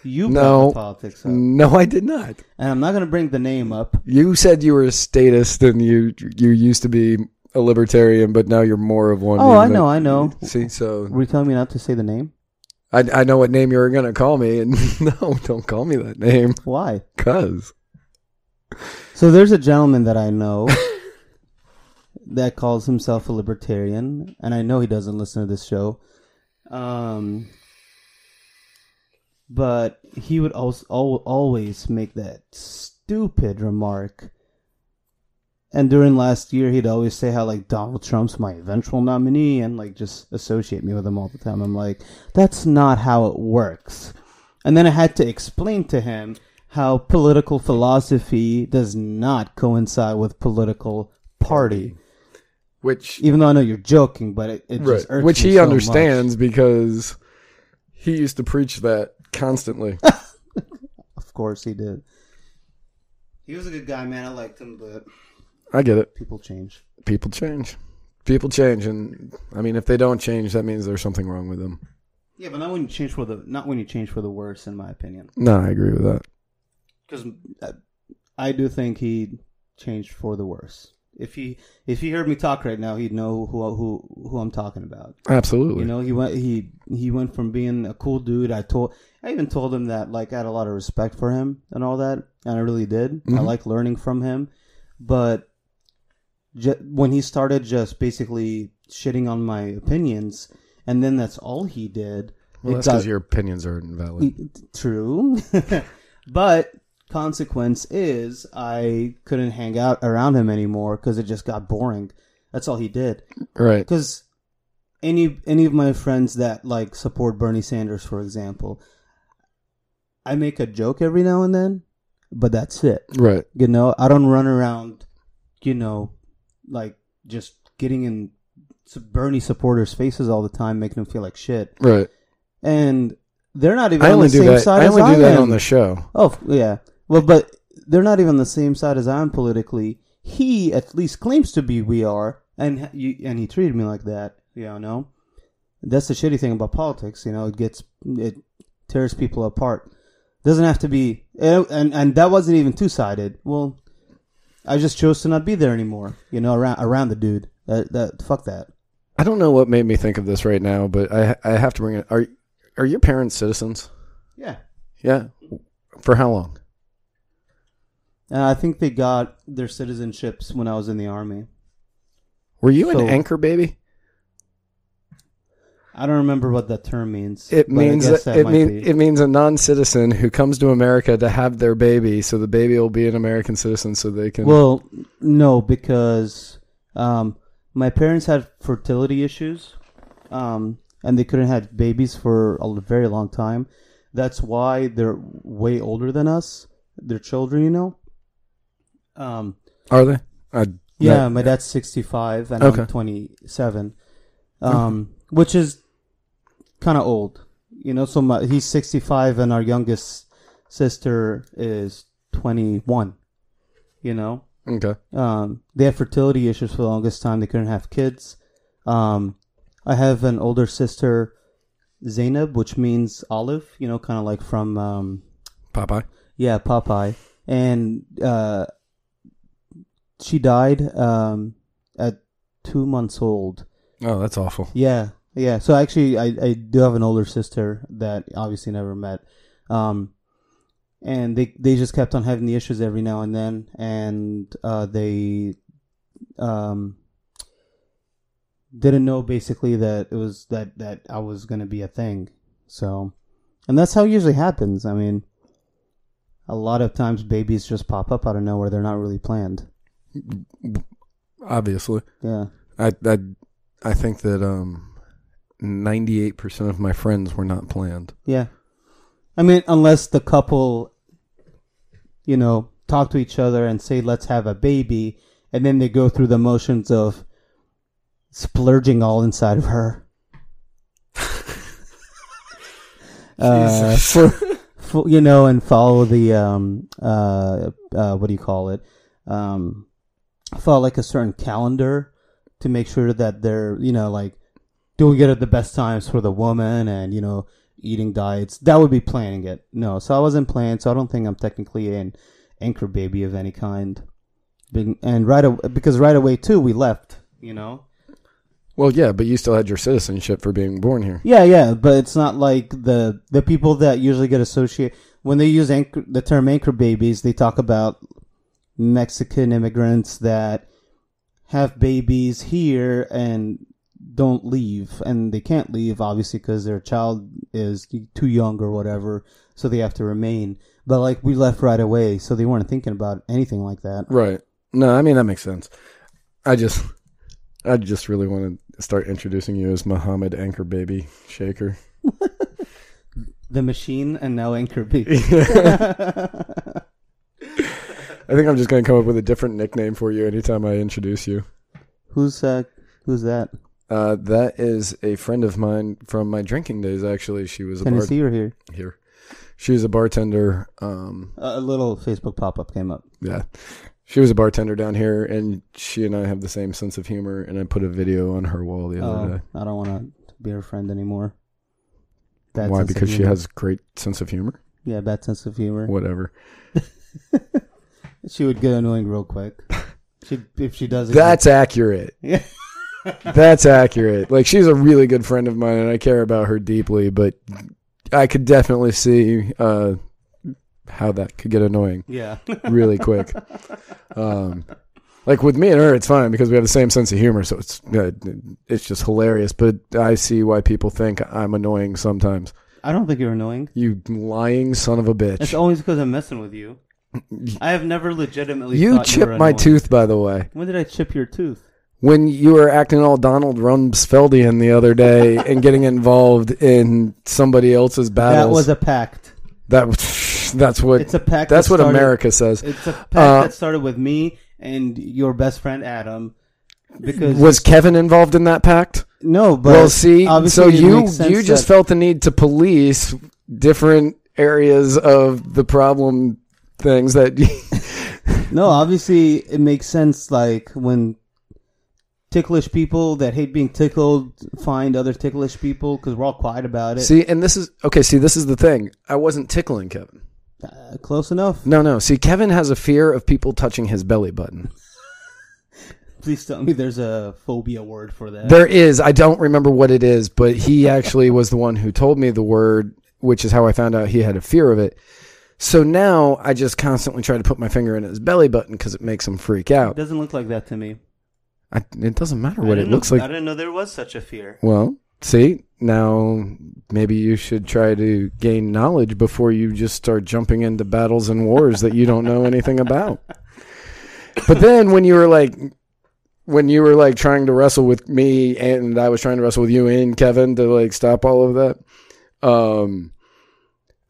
S3: you brought
S2: no.
S3: the politics up. And
S2: No, I did not.
S3: I'm not going to bring the name up.
S2: You said you were a statist and you you used to be a libertarian, but now you're more of one.
S3: Oh, I
S2: even
S3: know,
S2: though-
S3: I know.
S2: See, so
S3: Were you telling me not to say the name?
S2: I I know what name you were gonna call me, and no, don't call me that name,
S3: Why?
S2: cause.
S3: So there's a gentleman that I know that calls himself a libertarian, and I know he doesn't listen to this show. Um, but he would also always make that stupid remark. And during last year, he'd always say how like Donald Trump's my eventual nominee, and like just associate me with him all the time. I'm like, that's not how it works. And then I had to explain to him how political philosophy does not coincide with political party.
S2: which
S3: Even though I know you're joking, but it, it
S2: right,
S3: just irks
S2: which
S3: me
S2: he
S3: so much.
S2: understands because he used to preach that constantly.
S3: Of course, he did. He was a good guy, man. I liked him, but
S2: I get it.
S3: people change.
S2: People change. People change, and I mean, if they don't change, that means there's something wrong with them.
S3: Yeah, but not when you change for the not when you change for the worse, in my opinion.
S2: No, I agree with that.
S3: Because I do think he changed for the worse. If he if he heard me talk right now, he'd know who who who I'm talking about.
S2: Absolutely.
S3: You know, he went he he went from being a cool dude. I told I even told him that like I had a lot of respect for him and all that, and I really did. I
S2: Mm-hmm.
S3: like learning from him, but ju- when he started just basically shitting on my opinions, and then that's all he did.
S2: well,
S3: it Mm.
S2: that's
S3: got-
S2: because your opinions are invalid.
S3: True. but consequence is I couldn't hang out around him anymore because it just got boring. That's all he did.
S2: Right.
S3: Because any any of my friends that like support Bernie Sanders, for example, I make a joke every now and then, but that's it.
S2: Right.
S3: You know, I don't run around, you know, like just getting in Bernie supporters' faces all the time, making them feel like shit.
S2: Right.
S3: And they're not even
S2: I
S3: on
S2: only
S3: the
S2: do
S3: same
S2: that.
S3: side
S2: I
S3: as
S2: only
S3: I
S2: do that
S3: am.
S2: on the show.
S3: Oh f- yeah. Well, but they're not even the same side as I am politically. He at least claims to be. We are, and h- you, and he treated me like that. You know, that's the shitty thing about politics. You know, it gets it tears people apart. Doesn't have to be, and and, and that wasn't even two sided. Well, I just chose to not be there anymore. You know, around around the dude. That that fuck that.
S2: I don't know what made me think of this right now, but I I have to bring it. Are are your parents citizens?
S3: Yeah.
S2: Yeah. For how long?
S3: Uh, I think they got their citizenships when I was in the army.
S2: Were you
S3: So-
S2: an anchor baby?
S3: I don't remember what that term means.
S2: It
S3: but I
S2: means
S3: guess
S2: that it
S3: might
S2: means
S3: be.
S2: it means a non-citizen who comes to America to have their baby, so the baby will be an American citizen, so they can.
S3: Well, no, because um, my parents had fertility issues, um, and they couldn't have babies for a l- very long time. That's why they're way older than us. Their children, you know. Um,
S2: are they? I,
S3: yeah, my dad's sixty-five, and
S2: Okay.
S3: I'm twenty-seven, um, which is kind of old, you know. So my, he's sixty-five, and our youngest sister is twenty-one. You know,
S2: no. Okay.
S3: um, they had fertility issues for the longest time. They couldn't have kids. Um, I have an older sister, Zainab, which means olive. You know, kind of like from um,
S2: Popeye.
S3: yeah, Popeye, and uh, she died um, at two months old.
S2: Oh, that's awful.
S3: Yeah, yeah. So actually, I, I do have an older sister that obviously never met, um, and they they just kept on having the issues every now and then, and uh, they um, didn't know basically that it was that that I was gonna be a thing. So, and that's how it usually happens. I mean. A lot of times, babies just pop up out of nowhere. They're not really planned.
S2: Obviously,
S3: Yeah.
S2: I I I think that um, ninety-eight percent of my friends were not planned.
S3: Yeah. I mean, unless the couple, you know, talk to each other and say, let's have a baby, and then they go through the motions of splurging all inside of her. Uh, for, for, you know, and follow the, um, uh, uh, what do you call it? Um, follow like a certain calendar to make sure that they're, you know, like doing it at the best times for the woman and, you know, eating diets. That would be planning it. No, so I wasn't planned, so I don't think I'm technically an anchor baby of any kind. Being- And right away, because right away too, we left, you know?
S2: Well, yeah, but you still had your citizenship for being born here.
S3: Yeah, yeah, but it's not like the the people that usually get associated when they use anchor, the term anchor babies. They talk about Mexican immigrants that have babies here and don't leave, and they can't leave obviously because their child is too young or whatever, so they have to remain. But like we left right away, so they weren't thinking about anything like that.
S2: Right. No, I mean that makes sense. I just I just really want to start introducing you as Muhammad Anchor Baby Shaker.
S3: The Machine, and now Anchor B.
S2: I think I'm just going to come up with a different nickname for you anytime I introduce you.
S3: who's uh, who's that?
S2: Uh, that is a friend of mine from my drinking days. Actually, she was a bar-
S3: Tennessee or here?
S2: here. She was a bartender. Um,
S3: A a little Facebook pop up came up.
S2: yeah, she was a bartender down here, and she and I have the same sense of humor. And I put a video on her wall the other
S3: Oh,
S2: day.
S3: I don't want to be her friend anymore. Bad
S2: Why?
S3: sense of
S2: Because she
S3: humor.
S2: has great sense of humor.
S3: yeah bad sense of humor.
S2: Whatever.
S3: She would get annoying real quick. She if she does it.
S2: That's accurate.
S3: Yeah.
S2: That's accurate. Like she's a really good friend of mine, and I care about her deeply. But I could definitely see uh, how that could get annoying.
S3: yeah.
S2: really quick. Um, like with me and her, it's fine because we have the same sense of humor, so it's uh, it's just hilarious. But I see why people think I'm annoying sometimes.
S3: I don't think you're annoying.
S2: You lying son of a
S3: It's
S2: bitch!
S3: always because I'm messing with you. I have never legitimately.
S2: You
S3: thought you
S2: chipped
S3: were
S2: my
S3: annoying.
S2: tooth, by the way,
S3: When did I chip your tooth?
S2: when you were acting all Donald Rumsfeldian the other day and getting involved in somebody else's battles.
S3: That was a pact.
S2: that was- that's what
S3: It's a pact.
S2: that's
S3: that
S2: what
S3: started-
S2: America says.
S3: It's a pact
S2: Uh,
S3: that started with me and your best friend Adam. Because
S2: Was Kevin involved in that pact?
S3: no, but
S2: well, see,
S3: obviously
S2: so
S3: it
S2: you
S3: makes sense
S2: you just
S3: that-
S2: felt the need to police different areas of the problem things that
S3: no. Obviously, it makes sense. Like when ticklish people that hate being tickled find other ticklish people because we're all quiet about it.
S2: see and this is okay see this is the thing i wasn't tickling kevin
S3: Uh, close enough.
S2: no no see kevin has a fear of people touching his belly button
S3: Please tell me there's a phobia word for that.
S2: there is i don't remember what it is but he actually was the one who told me the word which is how i found out he had a fear of it so now i just constantly try to put my finger in his belly button because it makes him freak
S3: It
S2: out
S3: doesn't look like that to me.
S2: I, it doesn't matter
S4: I
S2: what it
S4: didn't know-
S2: looks like
S4: I didn't know there was such a fear.
S2: Well, see, now maybe you should try to gain knowledge before you just start jumping into battles and wars that you don't know anything about. But then when you were like when you were like trying to wrestle with me and I was trying to wrestle with you and Kevin to like stop all of that, um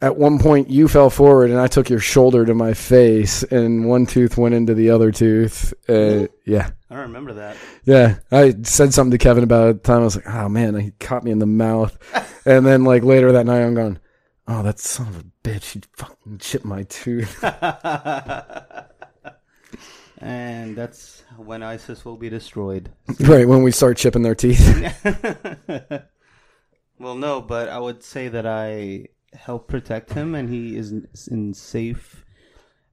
S2: at one point you fell forward and I took your shoulder to my face and one tooth went into the other tooth. Uh, yeah.
S4: I don't remember that.
S2: Yeah, I said something to Kevin about it at the time. I was like, "Oh man, he caught me in the mouth," and then like later that night, I'm going, "Oh, that son of a bitch, he fucking chipped my tooth."
S3: And that's
S4: When ISIS will be destroyed.
S2: right when we start chipping their teeth.
S4: Well, no, but I would say that I help protect him, and he is in- in safe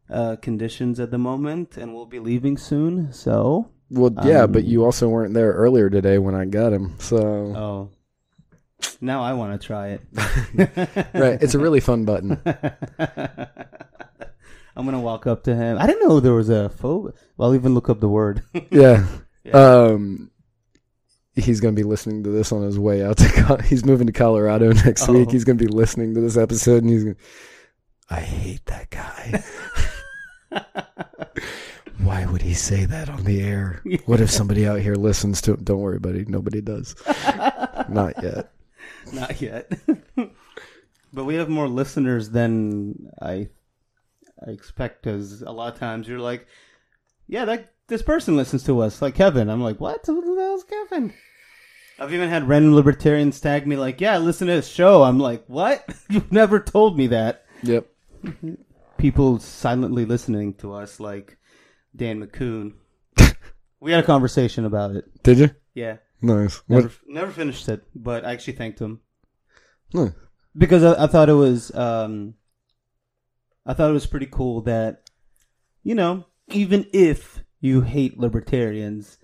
S4: uh, conditions at the moment, and will be leaving soon.
S3: so.
S2: Well, yeah, but you also weren't there earlier today when I got him, so
S3: Oh, now I want to try it.
S2: right, it's a really fun button.
S3: I'm gonna walk up to him. I didn't know there was a phobia. Well, I'll even look up the word.
S2: Yeah, um, he's gonna be listening to this on his way out to. Co- he's moving to Colorado next week. He's gonna be listening to this episode, and he's gonna. I hate that guy. Why would he say that on the air? What if somebody out here listens to him? Don't worry, buddy. Nobody does. Not yet.
S3: Not yet. but we have more listeners than I I expect. Because a lot of times you're like, yeah, that this person listens to us, like Kevin. I'm like, what? Who the hell's Kevin? I've even had random libertarians tag me like, yeah, I listen to this show. I'm like, what? You've never told me that.
S2: Yep.
S3: people silently listening to us, like Dan McCoon. we had a conversation about it.
S2: Did you?
S3: Yeah,
S2: Nice.
S3: never,
S2: What?
S3: never finished it, but I actually thanked him
S2: Nice.
S3: because I, I thought it was, um, I thought it was pretty cool that, you know, even if you hate libertarians,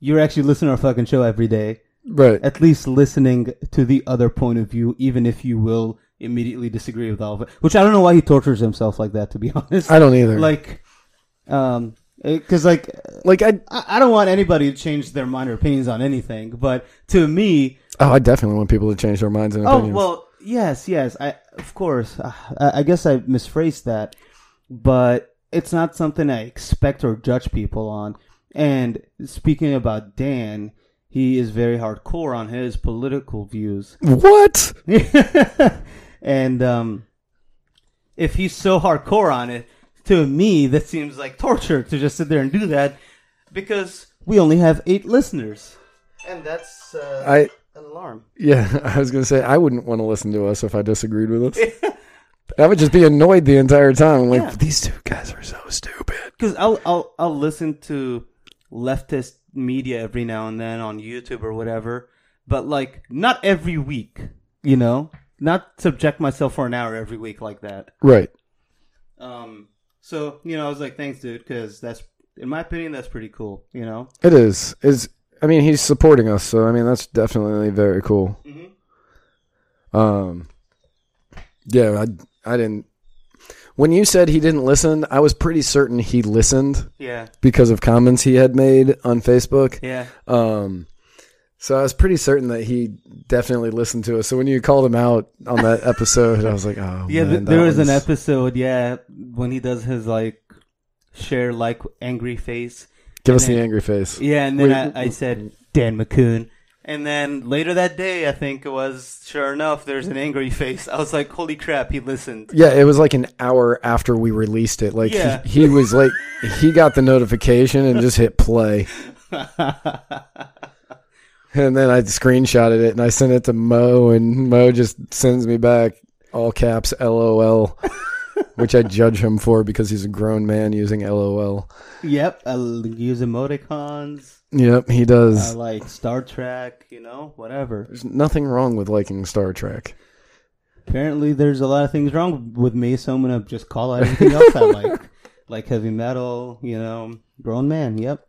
S3: you're actually listening to our fucking show every day.
S2: Right.
S3: At least listening to the other point of view, even if you will immediately disagree with all of it. Which I don't know why he tortures himself like that. To be honest,
S2: I don't either. Like,
S3: like um because like
S2: like I.
S3: I, I don't want anybody to change their mind or opinions on anything but to me
S2: Oh, I definitely want people to change their minds and opinions.
S3: oh well yes yes i of course i, I guess i misphrased that but it's not something i expect or judge people on and speaking about dan he is very hardcore on his political views
S2: What?
S3: And um, if he's so hardcore on it, to me, that seems like torture to just sit there and do that because we only have eight listeners.
S4: and that's uh,
S2: I
S4: an alarm.
S2: yeah, I was gonna say I wouldn't want to listen to us if I disagreed with us. I would just be annoyed the entire time. I'm like these two guys are so stupid.
S3: Because
S4: I'll I'll I'll listen to leftist media every now and then on YouTube or whatever,
S3: but like not every week, you know, not subject myself for an hour every week like that.
S2: Right.
S3: Um, so you know, I was like, thanks, dude, because that's in my opinion, that's pretty cool. You know,
S2: It is. Is I mean he's supporting us, so I mean that's definitely very cool.
S3: Mm-hmm.
S2: Um, yeah, I I didn't. When you said he didn't listen, I was pretty certain he listened
S4: yeah,
S2: because of comments he had made on Facebook.
S4: yeah.
S2: Um, so I was pretty certain that he definitely listened to us. So when you called him out on that episode, I was like, oh
S3: yeah.
S2: man,
S3: th-
S2: that
S3: there was an
S2: one's-
S3: episode, yeah, when he does his like share like angry face.
S2: Give us
S3: and
S2: the
S3: then-
S2: angry face.
S3: Yeah, and then I, I said Dan McCoon. And then later that day, I think it was, sure enough, there's an angry face. I was like, holy crap, he listened.
S2: Yeah, it was like an hour after we released it. Like
S3: Yeah.
S2: he, he was like he got the notification and just hit play. and then I screenshotted it and I sent it to Mo and Mo just sends me back all caps LOL, which I judge him for because he's a grown man using LOL.
S3: Yep, I uh, l- use emoticons.
S2: Yep, he
S3: I
S2: does.
S3: like Star Trek, you know, whatever.
S2: There's nothing wrong with liking Star Trek.
S3: Apparently, there's a lot of things wrong with me, so I'm going to just call out everything else I like. Like heavy metal, you know, grown man, yep.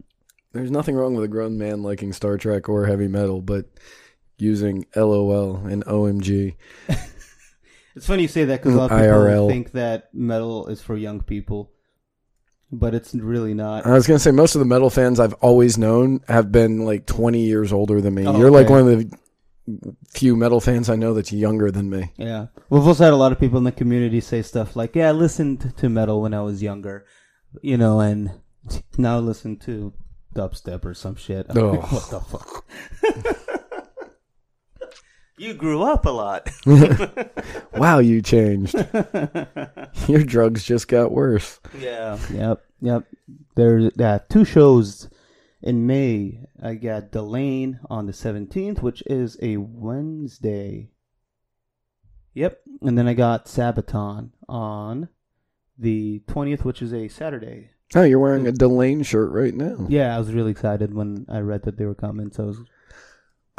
S2: There's nothing wrong with a grown man liking Star Trek or heavy metal, but using LOL and OMG.
S3: It's funny you say that because a lot of people
S2: IRL.
S3: think that metal is for young people, but it's really not.
S2: I was gonna say most of the metal fans I've always known have been like 20 years older than me.
S3: Oh,
S2: You're like
S3: okay.
S2: one of the few metal fans I know that's younger than me.
S3: Yeah. We've also had a lot of people in the community say stuff like, yeah, I listened to metal when I was younger, you know, and now I listen to dubstep or some shit. I'm like,
S2: Oh.
S3: what the fuck?
S4: You grew up a lot.
S2: Wow, you changed. Your drugs just got worse.
S4: yeah.
S3: Yep. Yep. There's uh, two shows in May. I got Delane on the 17th, which is a Wednesday. Yep. And then I got Sabaton on the 20th, which is a Saturday.
S2: Oh, you're wearing a Delane shirt right now.
S3: Yeah, I was really excited when I read that they were coming. So I was,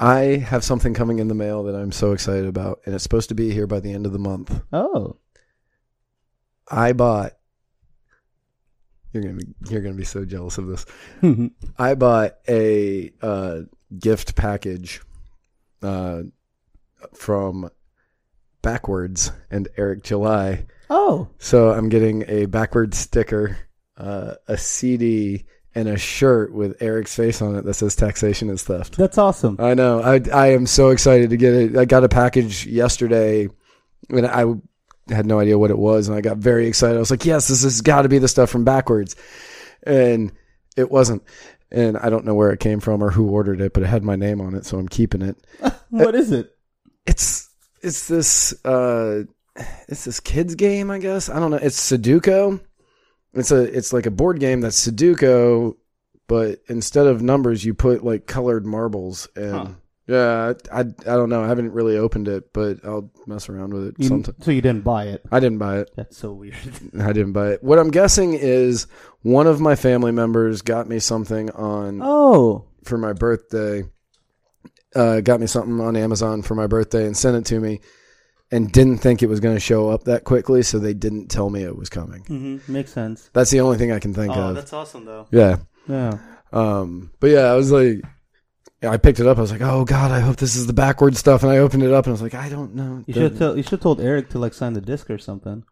S2: I have something coming in the mail that I'm so excited about, and it's supposed to be here by the end of the month.
S3: oh,
S2: I bought. You're gonna be you're gonna be so jealous of this. I bought a uh, gift package uh, from Backwards and Eric July.
S3: oh,
S2: So I'm getting a Backwards sticker, uh, a CD, and a shirt with Eric's face on it that says "Taxation is theft."
S3: that's awesome.
S2: I know. I I am so excited to get it. I got a package yesterday, and I had no idea what it was, and I got very excited. I was like, "Yes, this has got to be the stuff from backwards," and it wasn't. And I don't know where it came from or who ordered it, but it had my name on it, so I'm keeping it.
S3: what is it?
S2: It's it's this uh, it's this kids game, I guess. I don't know. It's Sudoku. It's a it's like a board game that's Sudoku, but instead of numbers, you put like colored marbles and.
S4: Huh.
S2: Yeah, I, I I don't know. I haven't really opened it, but I'll mess around with it
S3: You-
S2: sometime.
S3: so you didn't buy it?
S2: I didn't buy it.
S3: That's so weird.
S2: I didn't buy it. What I'm guessing is one of my family members got me something on
S3: Oh,
S2: for my birthday. Uh, got me something on Amazon for my birthday and sent it to me, and didn't think it was going to show up that quickly, so they didn't tell me it was coming.
S3: mm-hmm. makes sense.
S2: That's the only thing I can think
S4: Oh,
S2: of.
S4: that's awesome though.
S2: Yeah.
S3: Yeah,
S2: Um, but yeah, I was like, I picked it up. I was like, oh god, I hope this is the backward stuff. And I opened it up and I was like, I don't know.
S3: you should tell. You should told Eric to like sign the disc or something.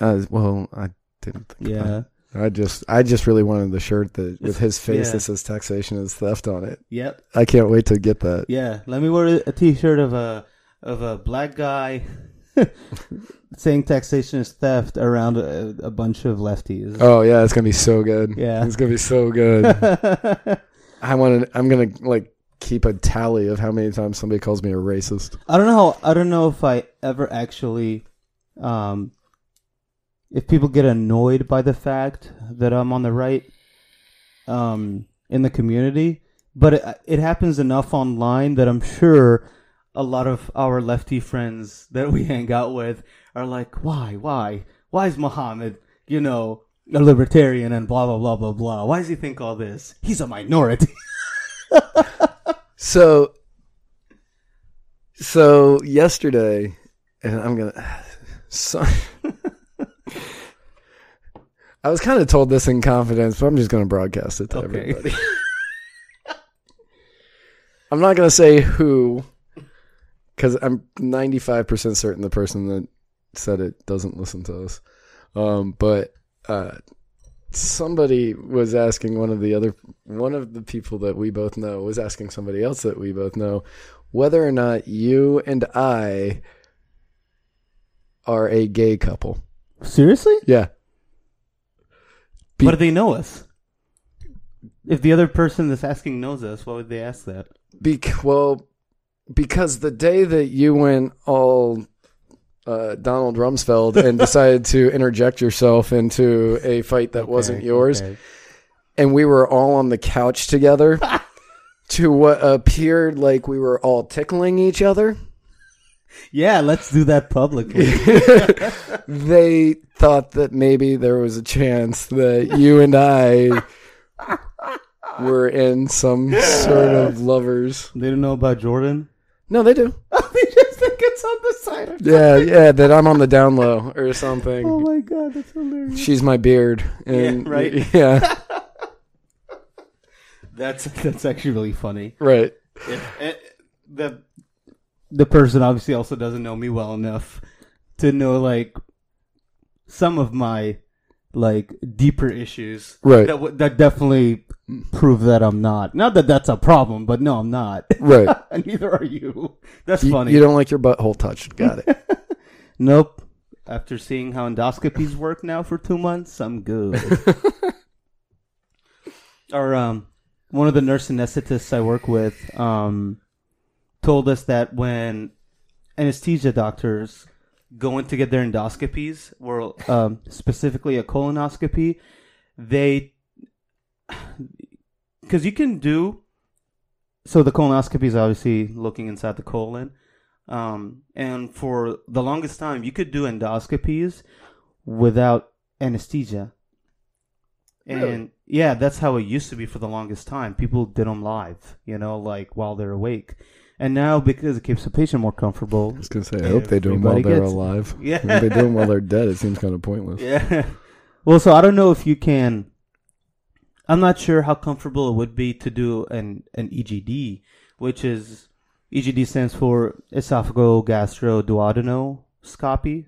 S2: Uh, well, I didn't think. about
S3: Yeah.
S2: it. I just, I just really wanted the shirt that with his face
S3: yeah.
S2: that says "Taxation is theft" on it.
S3: Yep.
S2: I can't wait to get that.
S3: Yeah. Let me wear a T-shirt of a of a black guy saying taxation is theft around a, a bunch of lefties.
S2: Oh yeah, it's gonna be so good.
S3: Yeah.
S2: it's gonna be so good. I want to. I'm gonna like keep a tally of how many times somebody calls me a racist.
S3: I don't know. How, I don't know if I ever actually, um, if people get annoyed by the fact that I'm on the right, um, in the community, but it, it happens enough online that I'm sure a lot of our lefty friends that we hang out with are like, why, why, why is Muhammad, you know, a libertarian and blah blah blah blah blah? Why does he think all this? He's a minority.
S2: So, so yesterday, and I'm gonna. So, I was kind of told this in confidence, but I'm just gonna broadcast it to
S3: Okay.
S2: everybody. I'm not gonna say who, because I'm 95 percent certain the person that said it doesn't listen to us. Um, but uh, somebody was asking one of the other one of the people that we both know was asking somebody else that we both know whether or not you and I are a gay couple.
S3: Seriously?
S2: Yeah. Be-
S3: But do they know us? If the other person that's asking knows us, why would they ask that?
S2: Bec- well, because the day that you went all uh, Donald Rumsfeld and decided to interject yourself into a fight that wasn't
S3: Okay,
S2: yours,
S3: okay.
S2: and we were all on the couch together to what appeared like we were all tickling each other.
S3: Yeah, let's do that publicly.
S2: They thought that maybe there was a chance that you and I were in some sort of lovers.
S3: they don't know about Jordan.
S2: No, they do.
S3: they just think it's on the side of
S2: Yeah, yeah, that I'm on the down low or something.
S3: Oh my god, that's hilarious.
S2: She's my beard. And
S3: Yeah, right.
S2: Yeah,
S3: That's that's actually really funny.
S2: right.
S3: the the person obviously also doesn't know me well enough to know like some of my like deeper issues
S2: Right.
S3: that w- that definitely prove that I'm not. Not that that's a problem, but no, I'm not.
S2: Right.
S3: and neither are you. That's
S2: You,
S3: funny.
S2: you don't like your butthole touched. Got it.
S3: nope. After seeing how endoscopies work now for two months, I'm good. Our um, one of the nurse anesthetists I work with um, told us that when anesthesia doctors go in to get their endoscopies, or um, specifically a colonoscopy, they because you can do so the colonoscopy is obviously looking inside the colon um, and for the longest time you could do endoscopies without anesthesia and yeah that's how it used to be for the longest time people did them live you know like while they're awake and now because it keeps the patient more comfortable
S2: I was going to say, I hope they do them while
S3: Everybody
S2: they're
S3: gets-
S2: alive.
S3: Yeah.
S2: If they do them while they're dead, it seems kind of pointless.
S3: Yeah. Well, so I don't know if you can. I'm not sure how comfortable it would be to do an an EGD, which is EGD stands for esophagogastroduodenoscopy,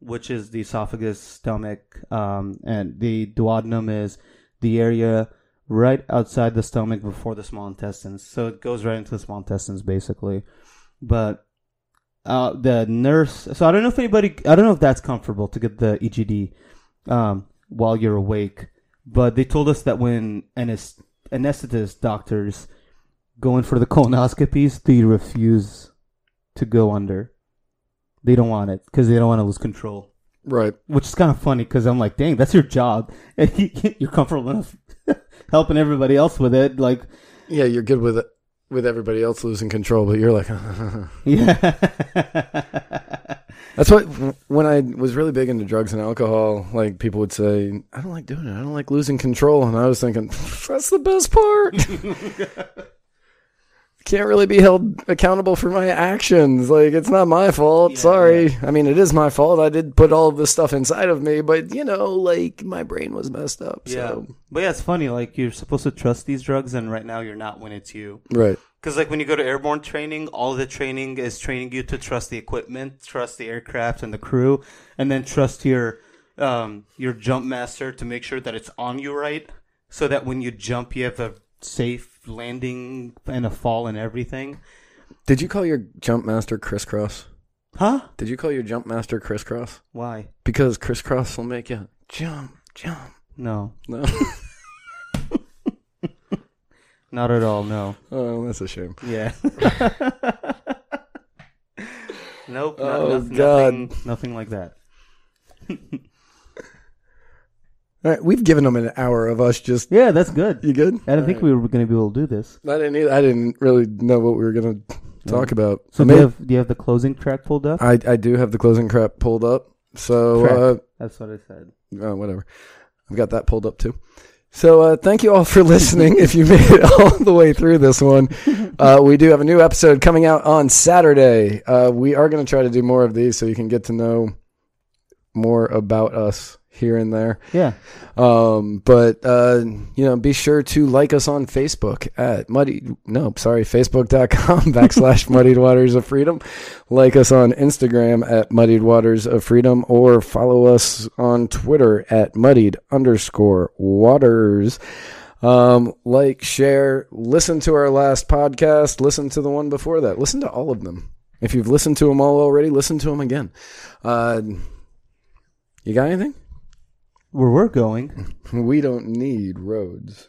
S3: which is the esophagus, stomach, um, and the duodenum is the area right outside the stomach before the small intestines. So it goes right into the small intestines, basically. But uh, the nurse. So I don't know if anybody. I don't know if that's comfortable to get the EGD um, while you're awake. But they told us that when anes- anesthetist doctors go in for the colonoscopies, they refuse to go under. They don't want it because they don't want to lose control.
S2: Right.
S3: Which is kind of funny because I'm like, dang, that's your job. you're comfortable enough helping everybody else with it. Like,
S2: Yeah, you're good with with everybody else losing control, but you're like,
S3: yeah.
S2: That's what when I was really big into drugs and alcohol, like people would say, "I don't like doing it. I don't like losing control." And I was thinking, "That's the best part." Can't really be held accountable for my actions. Like it's not my fault. Sorry. I mean, it is my fault. I did put all of this stuff inside of me, but you know, like my brain was messed up.
S4: Yeah.
S2: So
S3: But yeah, it's funny. Like you're supposed to trust these drugs, and right now you're not when it's you.
S2: right.
S4: Because like when you go to airborne training, all the training is training you to trust the equipment, trust the aircraft and the crew, and then trust your um, your jump master to make sure that it's on you right, so that when you jump, you have a safe landing and a fall and everything.
S2: Did you call your jump master crisscross?
S3: Huh?
S2: Did you call your jump master crisscross?
S3: Why?
S2: Because crisscross will make you jump, jump.
S3: No.
S2: No.
S3: Not at all. No.
S2: Oh, that's a shame.
S3: Yeah.
S4: Nope. no-
S2: Oh,
S4: noth-
S2: God.
S4: Nothing,
S3: Nothing like that.
S2: All right, we've given them an hour of us just.
S3: Yeah, that's good.
S2: You good?
S3: I didn't think we were going to be able to do this.
S2: I didn't. Either, I didn't really know what we were gonna talk about.
S3: So
S2: I,
S3: do you,
S2: may-
S3: have, do you have the closing track pulled up?
S2: I I do have the closing crap pulled up. So
S3: Track.
S2: uh,
S3: That's what I said.
S2: oh, whatever. I've got that pulled up too. So uh, thank you all for listening. if you made it all the way through this one, uh, we do have a new episode coming out on Saturday. Uh, we are going to try to do more of these so you can get to know more about us here and there.
S3: Yeah.
S2: Um, but uh, you know, be sure to like us on Facebook at muddy. No, sorry, facebook.com backslash muddied waters of freedom. Like us on Instagram at muddied waters of freedom, or follow us on Twitter at muddied underscore waters. Um, like, share, listen to our last podcast, listen to the one before that, listen to all of them. If you've listened to them all already, listen to them again. Uh, you got anything?
S3: Where we're going.
S2: We don't need roads.